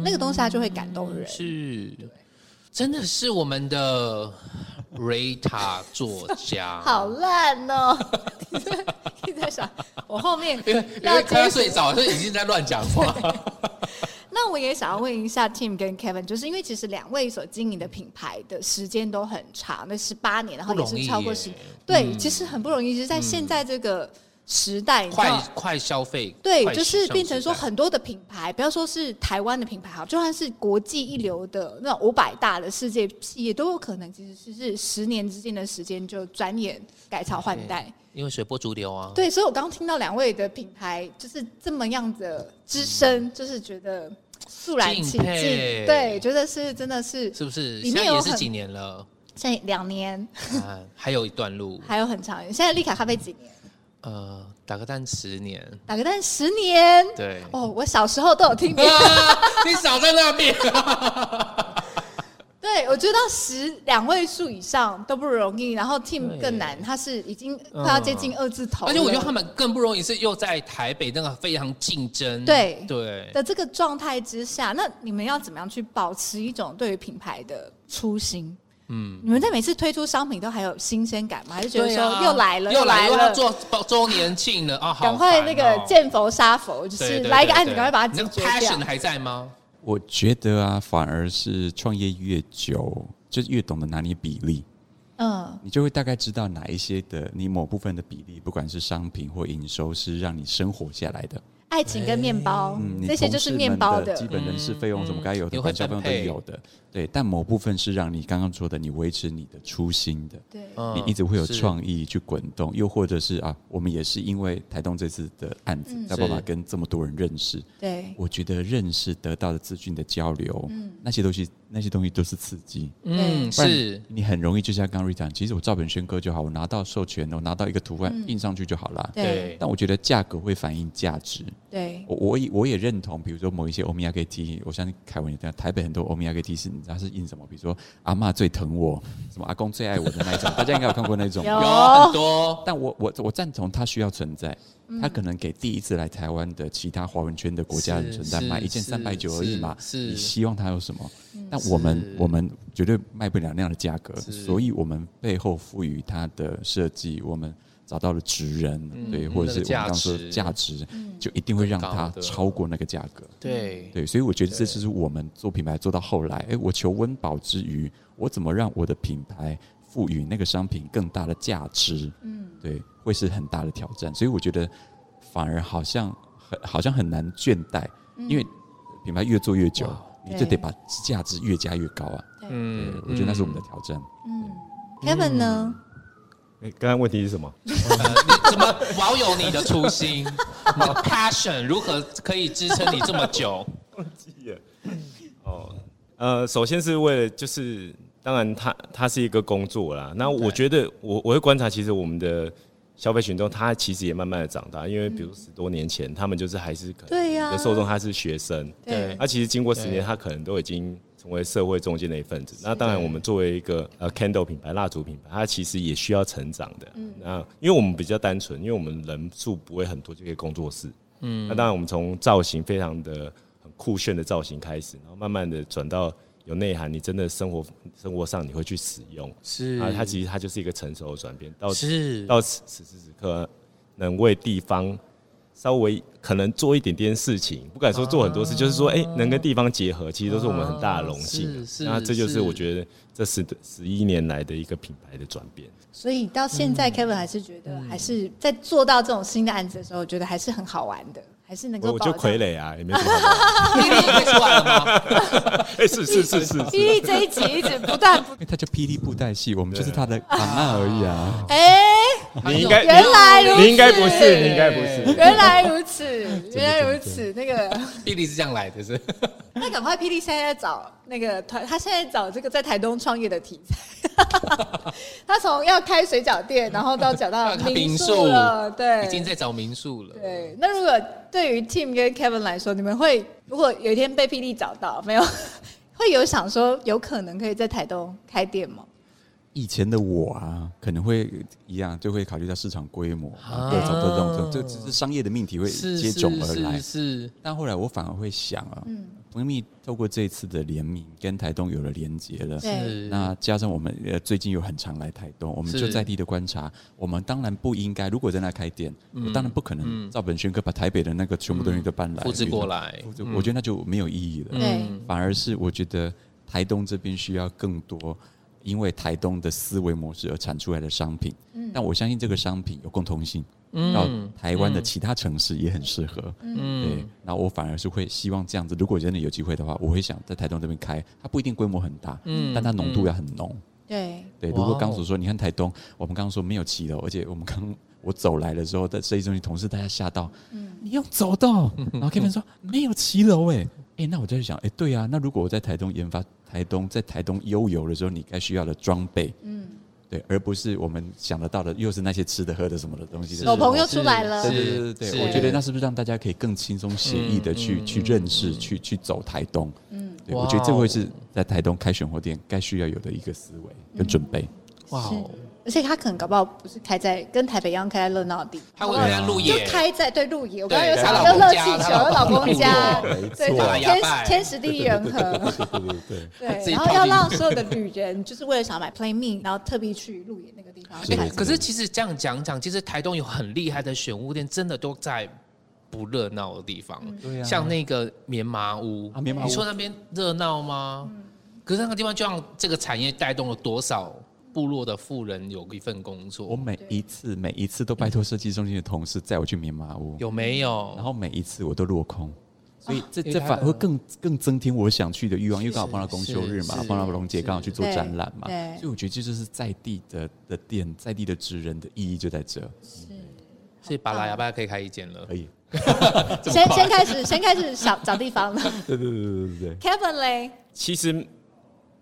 Speaker 1: 那个东西它就会感动人。
Speaker 2: 嗯是，真的是我们的 Rita 作 家。
Speaker 1: 好烂哦、 你在你在想，我后面
Speaker 2: 因为因
Speaker 1: 要
Speaker 2: 为
Speaker 1: 接
Speaker 2: 快要
Speaker 1: 水
Speaker 2: 睡着，所以已经在乱讲话。
Speaker 1: 那我也想要问一下 Tim 跟 Kevin，就是因为其实两位所经营的品牌的时间都很长，那十八年，然后也
Speaker 2: 不容
Speaker 1: 是
Speaker 2: 易
Speaker 1: 超过
Speaker 2: 耶嗯
Speaker 1: 十，对，其实很不容易，就是在现在这个时代，你知
Speaker 2: 快
Speaker 1: 道。
Speaker 2: 快消费，
Speaker 1: 对，
Speaker 2: 快
Speaker 1: 就
Speaker 2: 时
Speaker 1: 是
Speaker 2: 尚
Speaker 1: 变成
Speaker 2: 时
Speaker 1: 说
Speaker 2: 代
Speaker 1: 很多的品牌，不要说是台湾的品牌好，就算是国际一流的那种五百大的世界企业，都有可能其实是十年之间的时间就转眼改朝换代。
Speaker 2: 因为随波逐流啊。
Speaker 1: 对，所以我刚刚听到两位的品牌就是这么样的资深，就是觉得肃然起
Speaker 2: 敬佩
Speaker 1: 敬，对，觉得是真的是
Speaker 2: 是不是？
Speaker 1: 里
Speaker 2: 现
Speaker 1: 面
Speaker 2: 在
Speaker 1: 有
Speaker 2: 也是
Speaker 1: 很
Speaker 2: 几年了，
Speaker 1: 现在两年，
Speaker 2: 啊，还有一段路，
Speaker 1: 还有很长。现在丽卡咖啡几年？
Speaker 2: 呃，打个蛋十年，
Speaker 1: 打个蛋十年。
Speaker 2: 对。
Speaker 1: 哦，我小时候都有听别人。
Speaker 2: 啊！你少在那 边，
Speaker 1: 对，我觉得到十两位数以上都不容易，然后 team
Speaker 2: 对
Speaker 1: 更难，他是已经快要接近二字头了。
Speaker 2: 而且我觉得他们更不容易，是又在台北那个非常竞争，
Speaker 1: 对
Speaker 2: 对，
Speaker 1: 的这个状态之下，那你们要怎么样去保持一种对于品牌的初心？嗯，你们在每次推出商品都还有新鲜感吗？还是觉得
Speaker 2: 对
Speaker 1: 说
Speaker 2: 啊
Speaker 1: 又来了，
Speaker 2: 又
Speaker 1: 来
Speaker 2: 来了，
Speaker 1: 了，
Speaker 2: 做周周年庆了啊，好
Speaker 1: 赶快那
Speaker 2: 烦
Speaker 1: 个
Speaker 2: 哦
Speaker 1: 见佛杀佛，就
Speaker 2: 对
Speaker 1: 是
Speaker 2: 对
Speaker 1: 来一个
Speaker 2: 对
Speaker 1: 案子，
Speaker 2: 对
Speaker 1: 赶快把它
Speaker 2: 那
Speaker 1: 解
Speaker 2: 个
Speaker 1: 决掉
Speaker 2: passion。还在吗？
Speaker 4: 我觉得啊，反而是创业越久，就越懂得拿捏比例，
Speaker 1: 嗯，
Speaker 4: 你就会大概知道哪一些的你某部分的比例，不管是商品或营收，是让你生活下来的。
Speaker 1: 爱情跟面包
Speaker 4: 嗯，，你
Speaker 1: 哦这些就是
Speaker 4: 同事
Speaker 1: 面
Speaker 4: 们
Speaker 1: 包
Speaker 4: 的基
Speaker 1: 的。
Speaker 4: 本人事费用，什么该有
Speaker 2: 嗯
Speaker 4: 的
Speaker 2: 嗯
Speaker 4: 管销费用都
Speaker 2: 你会分配
Speaker 4: 有的。对，但某部分是让你刚刚说的，你维持你的初心的。
Speaker 1: 对，
Speaker 2: 嗯
Speaker 4: 你一直会有
Speaker 2: 是
Speaker 4: 创意去滚动，又或者是啊，我们也是因为台东这次的案子，
Speaker 1: 嗯
Speaker 4: 才有办法
Speaker 2: 是
Speaker 4: 跟这么多人认识。
Speaker 1: 对，
Speaker 4: 我觉得认识得到的资讯的交流，
Speaker 1: 嗯
Speaker 4: 那些东西，那些东西都是刺激。
Speaker 2: 嗯，
Speaker 4: 不然
Speaker 2: 是
Speaker 4: 你很容易就像刚刚 Rita，讲其实我照本宣科就好，我拿到授权，我拿到一个图案、印上去就好啦。
Speaker 1: 嗯对
Speaker 2: 对，
Speaker 4: 但我觉得价格会反映价值。
Speaker 1: 对，
Speaker 4: 我我也我也认同，比如说某一些欧米亚 K T，我相信凯文也这样。台北很多欧米亚 K T 是你知道是印什么？比如说阿嬷最疼我，什么阿公最爱我的那一种，大家应该有看过那种。
Speaker 1: 有
Speaker 2: 有很多
Speaker 4: 但我我我赞同它需要存在，它可能给第一次来台湾的其他华文圈的国家人存在，
Speaker 2: 是
Speaker 4: 买一件
Speaker 2: 是
Speaker 4: 三百九而已嘛，
Speaker 2: 是
Speaker 4: 你
Speaker 2: 是
Speaker 4: 希望它有什么？但我们我们绝对卖不了那样的价格，
Speaker 2: 是
Speaker 4: 所以我们背后赋予它的设计，我们找到了职人，对，或者是
Speaker 2: 嗯那个
Speaker 4: 我们
Speaker 2: 价
Speaker 4: 刚刚说的
Speaker 2: 值
Speaker 4: 价值，就一定会让它
Speaker 2: 更高的
Speaker 4: 超过那个价格。
Speaker 2: 对
Speaker 4: 对，所以我觉得这就是我们做品牌做到后来，哎，我求温饱之余，我怎么让我的品牌赋予那个商品更大的价值？嗯，对，会是很大的挑战。所以我觉得反而好像很好像很难倦怠，因为品牌越做越久，你就
Speaker 1: 对
Speaker 4: 得把价值越加越高啊。对，
Speaker 2: 嗯，
Speaker 4: 我觉得那是我们的挑战。
Speaker 1: Kevin 呢？
Speaker 5: 诶刚刚问题是什么？
Speaker 2: 你 怎么保有你的初心，你的 passion 如何可以支撑你这么 久？
Speaker 5: 哦，呃，首先是为了就是，当然它它是一个工作啦。那我觉得我我会观察，其实我们的消费群众他其实也慢慢的长大，因为比如十多年前，他们就是还是可能
Speaker 1: 对呀
Speaker 5: 你的受众他是学生，
Speaker 1: 对
Speaker 5: 那、其实经过十
Speaker 2: 对
Speaker 5: 年，他可能都已经成为社会中间的一份子。那当然，我们作为一个呃 candle 品牌、蜡烛品牌，它其实也需要成长的。那因为我们比较单纯，因为我们人数不会很多，就可以工作室。嗯，那当然，我们从造型非常的很酷炫的造型开始，然后慢慢的转到有内涵，你真的生活生活上你会去使用。
Speaker 2: 是
Speaker 5: 啊，它其实它就是一个成熟的转变，到
Speaker 2: 是
Speaker 5: 到此此时此刻，能为地方稍微可能做一点点事情，不敢说做很多事，就是说，哎、能跟地方结合，其实都是我们很大的荣幸啊、
Speaker 2: 哦啊是是
Speaker 5: 那这就是
Speaker 2: 是
Speaker 5: 我觉得这十十一年来的一个品牌的转变。
Speaker 1: 所以到现
Speaker 5: 嗯
Speaker 1: 在，Kevin 还是觉得，还是在做到这种新的案子的时候，觉得还是很好玩的，还是能
Speaker 5: 我
Speaker 1: 够。
Speaker 5: 我就 傀。儡啊，也没什么好 玩。
Speaker 2: 霹雳可以出来了吗？
Speaker 5: 哎、是是 是是
Speaker 1: 霹雳这一集一直不断 不，
Speaker 4: 因为它叫霹雳布袋戏，我们就是它的昂纳而已啊。
Speaker 1: 哎、
Speaker 5: 你应该
Speaker 1: 原来如此，
Speaker 5: 你应该不是，你应该不是。
Speaker 1: 原来如 此，原来如此。那个，
Speaker 2: 霹雳是这样来的，是
Speaker 1: 那赶快，霹雳现在在找那个团，他现在找这个在台东创业的题材。 他从要开水饺店，然后到找到民宿 了，对，
Speaker 2: 已经在找民宿了。
Speaker 1: 对，那如果对于 Tim 跟 Kevin 来说，你们会如果有一天被霹雳找到，没有 会有想说有可能可以在台东开店吗？
Speaker 4: 以前的我啊，可能会一样，就会考虑到市场规模
Speaker 2: 啊
Speaker 4: 啊，各种各种各种，这只是商业的命题会
Speaker 2: 是
Speaker 4: 接踵而来
Speaker 2: 是。是，
Speaker 4: 但后来我反而会想啊，蜂蜜透过这一次的联名，跟台东有了连结了。
Speaker 1: 对
Speaker 2: 是
Speaker 4: 那加上我们呃最近有很常来台东，我们
Speaker 2: 是
Speaker 4: 就在地的观察，我们当然不应该，如果在那开店，我当然不可能照本宣科把台北的那个全部东西都搬来
Speaker 2: 嗯复制过，来
Speaker 4: 复制我觉得那就没有意义了。
Speaker 1: 对，
Speaker 4: 反而是我觉得台东这边需要更多，因为台东的思维模式而产出来的商品。但我相信这个商品有共通性，到台湾的其他城市也很适合。对，然后我反而是会希望这样子，如果真的有机会的话，我会想在台东这边开，它不一定规模很大，但它浓度要很浓。
Speaker 1: 对，
Speaker 4: 对，
Speaker 2: 哇
Speaker 4: 如
Speaker 2: 哦
Speaker 4: 果刚所说，你看台东，我们刚刚说没有骑楼，而且我们刚我走来的时候，在设计中心同事大家吓到，你用走的哦，然后 Kevin 说没有骑楼，哎，哎，那我就在想，哎，对啊，那如果我在台东研发台东在台东悠游的时候，你该需要的装备，嗯，对，而不是我们想得到的又是那些吃的喝的什么的东西的时
Speaker 1: 我
Speaker 4: 候，
Speaker 1: 朋友出来了
Speaker 4: 对对对对
Speaker 2: 是
Speaker 4: 对，我觉得那是不是让大家可以更轻松写意的去、去认识、去去走台东？嗯，对，我觉得这
Speaker 2: 哇哦
Speaker 4: 会是在台东开选货店该需要有的一个思维跟准备。
Speaker 2: 哇哦，
Speaker 1: 而且他可能搞不好不是开在跟台北一样开在热闹的地
Speaker 2: 他
Speaker 1: 方，
Speaker 2: 会在路
Speaker 1: 就
Speaker 2: 野
Speaker 1: 开在对路野。我刚刚
Speaker 2: 对
Speaker 1: 有想
Speaker 2: 他
Speaker 1: 到
Speaker 2: 老公
Speaker 1: 热
Speaker 2: 家
Speaker 1: 气球、
Speaker 2: 他老
Speaker 1: 老
Speaker 2: 公
Speaker 1: 公家，对，
Speaker 2: 错
Speaker 1: 天
Speaker 2: 打压拜
Speaker 1: 天时地利人 和，
Speaker 5: 对对对，
Speaker 1: 对，
Speaker 2: 自己
Speaker 1: 然
Speaker 2: 跑
Speaker 1: 后要
Speaker 2: 进
Speaker 1: 让所有的旅人就是为了想买 Play Me，然后特地去路野那个地方
Speaker 4: 是
Speaker 1: 看。
Speaker 2: 哎可是其实这样讲讲，其实台东有很厉害的选物店，真的都在不热闹的地方，
Speaker 4: 对啊
Speaker 2: 像那个棉麻屋
Speaker 4: 啊棉麻屋
Speaker 2: 你说那边热闹吗？可是那个地方就让这个产业带动了多少部落的富人有一份工
Speaker 4: 我
Speaker 2: 作，
Speaker 4: 每一次每一次都拜托设计中心的同事载我去棉麻屋，
Speaker 2: 有没
Speaker 4: 然
Speaker 2: 有？
Speaker 4: 后每一次我都落空，所
Speaker 1: 啊
Speaker 4: 以这
Speaker 2: 因为
Speaker 4: 这
Speaker 2: 他
Speaker 4: 反而
Speaker 2: 的
Speaker 4: 会更更增添我想去的欲望，因为刚好帮他公
Speaker 2: 是
Speaker 4: 休日嘛
Speaker 2: 是，
Speaker 4: 帮他龙姐
Speaker 2: 是
Speaker 4: 刚好去做
Speaker 1: 对
Speaker 4: 展览嘛，
Speaker 1: 对
Speaker 4: 所以我觉得这就是在地的的店，在地的职人的意义就在这，
Speaker 2: 所以巴拉雅巴可以开一间了
Speaker 4: 可。以。
Speaker 1: 先
Speaker 2: 这么快
Speaker 1: 先开始，先开始找找地方了。
Speaker 4: 对对对对对对，
Speaker 1: Kevin 嘞，
Speaker 5: 其实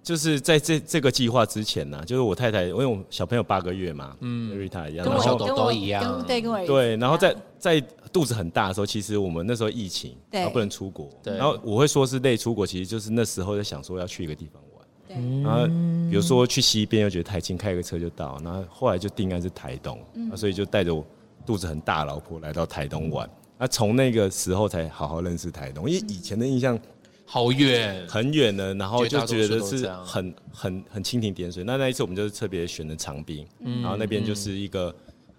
Speaker 5: 就是在这这个计划之前呢、就是我太太，因为我小朋友八个月嘛，嗯，Rita 一样，
Speaker 2: 跟
Speaker 5: 然
Speaker 2: 我
Speaker 5: 后
Speaker 2: 小狗
Speaker 1: 跟
Speaker 2: 都
Speaker 1: 我
Speaker 2: 一样
Speaker 1: 跟对，跟我
Speaker 5: 对，然后在在肚子很大的时候，其实我们那时候疫情，
Speaker 1: 对
Speaker 5: 然后不能出国，
Speaker 2: 对
Speaker 5: 然后我会说是累出国，其实就是那时候在想说要去一个地方玩，
Speaker 1: 对
Speaker 2: 嗯
Speaker 5: 然后比如说去西边，又觉得台青开个车就到，然后后来就定案是台东，那所以就带着我肚子很大的老婆来到台东玩，那从那个时候才好好认识台东，因为以前的印象
Speaker 2: 好远，
Speaker 5: 很远了，然后就觉
Speaker 2: 绝大多
Speaker 5: 得
Speaker 2: 数都这
Speaker 5: 是
Speaker 2: 样
Speaker 5: 很很很蜻蜓点水。那那一次我们就是特别选的长滨，然后那边就是一个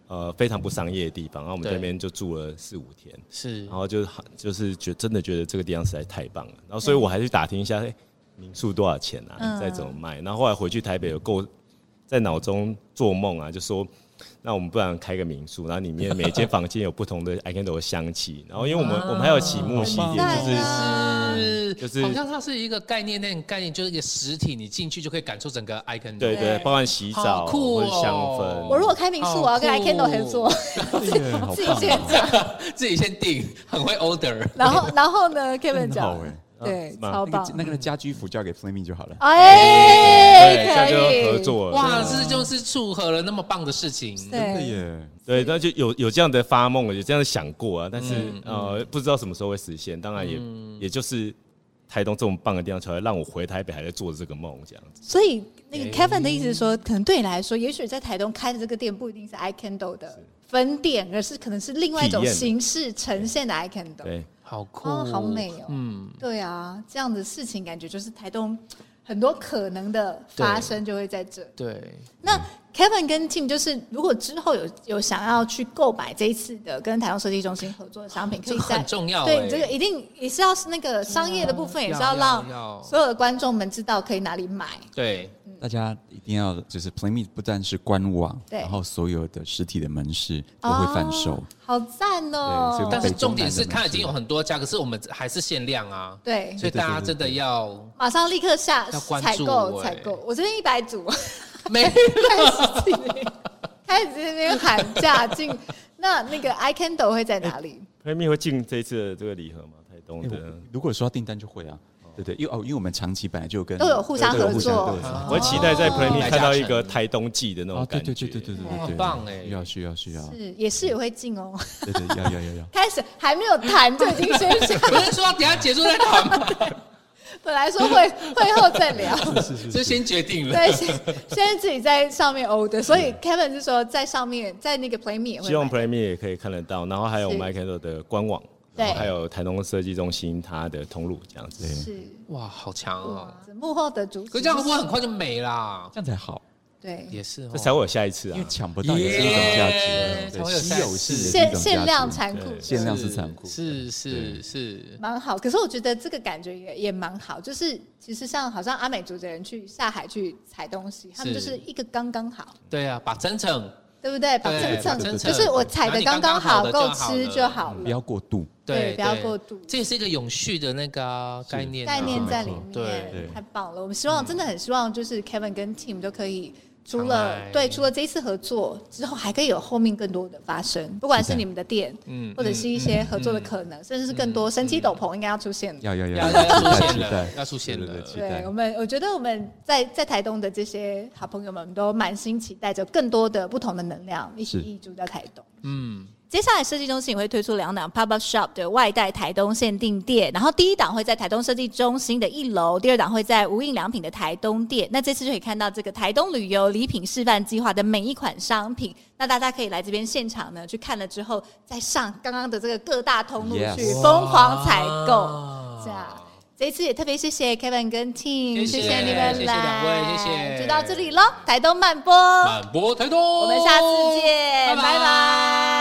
Speaker 5: 呃非常不商业的地方，然后我们
Speaker 2: 嗯对
Speaker 5: 在那边就住了四五天，
Speaker 2: 是
Speaker 5: 然后就是就是觉真的觉得这个地方实在太棒了，然后所以我还去打听一下，哎、民宿多少钱啊？
Speaker 1: 嗯
Speaker 5: 再怎么卖？然后后来回去台北有够在脑中做梦啊，就说。那我们不然开个民宿，然后里面每间房间有不同的 i c a n d l 的香气，然后因为我们、我们还有起木西点，
Speaker 1: 好
Speaker 5: 就
Speaker 1: 棒
Speaker 5: 是
Speaker 1: 啊
Speaker 2: 是，
Speaker 5: 就是
Speaker 2: 好像它是一个概念，那种概念就是一个实体，你进去就可以感受整个 icon。
Speaker 5: 对对，
Speaker 1: 对
Speaker 5: 包含洗澡、
Speaker 2: 好酷哦
Speaker 5: 或者香氛。
Speaker 1: 我如果开民宿，我要跟
Speaker 2: 好
Speaker 1: I
Speaker 2: 酷
Speaker 1: Candle 合作，
Speaker 4: 哦
Speaker 1: 自己现
Speaker 4: 好棒哦，
Speaker 1: 场。
Speaker 2: 自己先定，很会 order。
Speaker 1: 然 后然后呢，Kevin
Speaker 4: 很好
Speaker 1: 讲，
Speaker 4: 哎，
Speaker 1: 对，
Speaker 5: 是吗
Speaker 1: 超
Speaker 4: 那
Speaker 1: 棒哦
Speaker 4: 个。那个家居服交给 Flaming 就好了。
Speaker 5: 对，这
Speaker 1: 哎，
Speaker 5: 样就
Speaker 1: 可以
Speaker 5: 合。作了。
Speaker 2: 哇，这就是撮合了那么棒的事情。
Speaker 4: 真的
Speaker 1: 对，
Speaker 4: 耶，
Speaker 5: 对，那就有有这样的发嗯梦，有这样的想过啊，但是呃，不知道什么时候会实现。当然也也就是台东这么棒的地方出来，让我回台北还在做这个梦这样子。
Speaker 1: 所以那
Speaker 5: 哎
Speaker 1: 个 Kevin 的意思是说，可能对你来说，也许在台东开的这个店不一定是 i Candle 的分店，而是可能是另外一种
Speaker 5: 体验的
Speaker 1: 形式呈现的 i Candle。
Speaker 5: 对，
Speaker 2: 好酷、
Speaker 1: 哦，好美哦。
Speaker 2: 嗯，
Speaker 1: 对啊，这样的事情感觉就是台东很多可能的发生就会在这。
Speaker 2: 对，
Speaker 1: 那 Kevin 跟 Tim 就是，如果之后有有想要去购买这一次的跟台东设计中心合作的商品，可
Speaker 2: 这
Speaker 1: 以
Speaker 2: 个
Speaker 1: 在
Speaker 2: 很重要、欸。嗯
Speaker 1: 对你这个一定也是要是那个商业的部分，也是要让
Speaker 2: 要
Speaker 1: 所有的观众们知道可以哪里买。
Speaker 2: 对
Speaker 4: 大家一定要就是 Play Me 不但是官网，
Speaker 1: 对
Speaker 4: 然后所有的实体的门市都会贩售。
Speaker 1: 哦好赞
Speaker 4: 对所以我
Speaker 1: 哦！
Speaker 4: 们
Speaker 2: 但是重点
Speaker 4: 北
Speaker 2: 是
Speaker 4: 中南的美食
Speaker 2: 它已经有很多家，可是我们还是限量啊，
Speaker 1: 对，
Speaker 2: 所以大家真的要
Speaker 1: 马上立刻下
Speaker 2: 要关
Speaker 1: 采
Speaker 2: 注
Speaker 1: 购
Speaker 2: 欸
Speaker 1: 采购，我这边一百组，
Speaker 2: 没
Speaker 1: 开始开始这边喊价 进。那那个 i Candle 会在哪里？
Speaker 5: 黑蜜会进这一次的这个礼盒吗？台东
Speaker 4: 哎
Speaker 2: 啊
Speaker 5: 的。
Speaker 4: 我如果说要订单就会啊，对对，因为哦，因为我们长期本来就有跟
Speaker 1: 都有互相
Speaker 4: 对都有
Speaker 1: 合
Speaker 4: 互相
Speaker 1: 作
Speaker 4: 都有互相
Speaker 5: 我期待在 Play Me
Speaker 2: 哦
Speaker 5: 看到一个台东季的那种
Speaker 4: 哦，对
Speaker 5: 感觉。
Speaker 4: 对对对对对对
Speaker 2: 哇
Speaker 4: 对，
Speaker 2: 很棒哎
Speaker 4: 需要需要需要，
Speaker 1: 是也是也会进哦。，
Speaker 4: 对对要要要要
Speaker 1: 开始还没有谈就已经先想，
Speaker 2: 不是说等一下结束再谈吗？
Speaker 1: 本来说会会后再聊，
Speaker 4: 是是
Speaker 2: 这先决定了。
Speaker 1: 对，先先自己在上面 order，所以 Kevin 是说在上面在那个 Play Me 也会
Speaker 5: 希望
Speaker 1: 买
Speaker 5: Play Me 也可以看得到，然后还有
Speaker 1: 是
Speaker 5: Michael 的官网，
Speaker 1: 对
Speaker 5: 然后还有台东设计中心它的通路这样子。
Speaker 4: 对，
Speaker 1: 是
Speaker 2: 哇，好强哦！
Speaker 1: 哇幕后的主
Speaker 2: 可
Speaker 1: 使
Speaker 2: 这样会不会很快就没啦？
Speaker 4: 这样才好，
Speaker 1: 对
Speaker 2: 也是哦，
Speaker 5: 这才会有下一次
Speaker 4: 因
Speaker 5: 啊
Speaker 4: 为！抢不到也是一种价值，啊
Speaker 2: 耶才会有
Speaker 4: 对，稀有性的是一
Speaker 1: 限
Speaker 4: 种价值
Speaker 1: 限量残酷
Speaker 5: 对
Speaker 4: 限
Speaker 1: 的。
Speaker 4: 量是残酷，
Speaker 2: 是是是，
Speaker 1: 蛮好，可是我觉得这个感觉也也蛮好，就是其实像好像阿美族的人去下海去采东西，他们
Speaker 2: 是
Speaker 1: 就是一个刚刚好，
Speaker 2: 对啊，把真诚，
Speaker 1: 对不对？把
Speaker 2: 对
Speaker 1: 这
Speaker 2: 把
Speaker 1: 蹭
Speaker 2: 真
Speaker 1: 就
Speaker 2: 诚
Speaker 1: 是我采的刚刚好，
Speaker 2: 拿你
Speaker 1: 够
Speaker 2: 刚刚好的
Speaker 1: 吃
Speaker 2: 就
Speaker 1: 就
Speaker 2: 好
Speaker 1: 好
Speaker 4: 不
Speaker 1: 了，
Speaker 4: 要过度，
Speaker 1: 对，不要
Speaker 2: 对
Speaker 1: 过度。
Speaker 2: 这也是一个永续的那个啊概念啊
Speaker 1: 概念在里
Speaker 2: 对
Speaker 1: 面
Speaker 4: 对，
Speaker 1: 太棒了！我们希望真的很希望，就是 Kevin 跟 Tim 都可以。除
Speaker 2: 常
Speaker 1: 了
Speaker 2: 来
Speaker 1: 对，除了这一次合作之后，还可以有后面更多的发生，不管是你们的店，
Speaker 2: 嗯
Speaker 1: 或者是一些合作的可能，甚至是更多神奇斗篷应该要出现的。
Speaker 4: 要要
Speaker 2: 要
Speaker 4: 要
Speaker 2: 要出现
Speaker 4: 期
Speaker 2: 了
Speaker 4: 待，
Speaker 2: 要出现
Speaker 4: 对对
Speaker 2: 了
Speaker 4: 对。期
Speaker 1: 对
Speaker 4: 待
Speaker 1: 我们，我觉得我们在在台东的这些好朋友们都满心期待着更多的不同的能量，一起
Speaker 4: 是
Speaker 1: 溢注在台东。
Speaker 2: 嗯，
Speaker 1: 接下来设计中心也会推出两档 Pop Up Shop 的外带台东限定店，然后第一档会在台东设计中心的一楼，第二档会在无印良品的台东店。那这次就可以看到这个台东旅游礼品示范计划的每一款商品，那大家可以来这边现场呢去看了之后，再上刚刚的这个各大通路
Speaker 4: Yes
Speaker 1: 去疯狂采购。
Speaker 2: 哇
Speaker 1: 这样这一次也特别谢谢 Kevin 跟 Tim，
Speaker 2: 谢谢
Speaker 1: 谢你
Speaker 2: 谢
Speaker 1: 们
Speaker 2: 谢
Speaker 1: 来，
Speaker 2: 两位谢谢
Speaker 1: 就到这里喽，台东慢播，
Speaker 2: 满播台东，
Speaker 1: 我们下次见，
Speaker 2: 拜
Speaker 1: 拜拜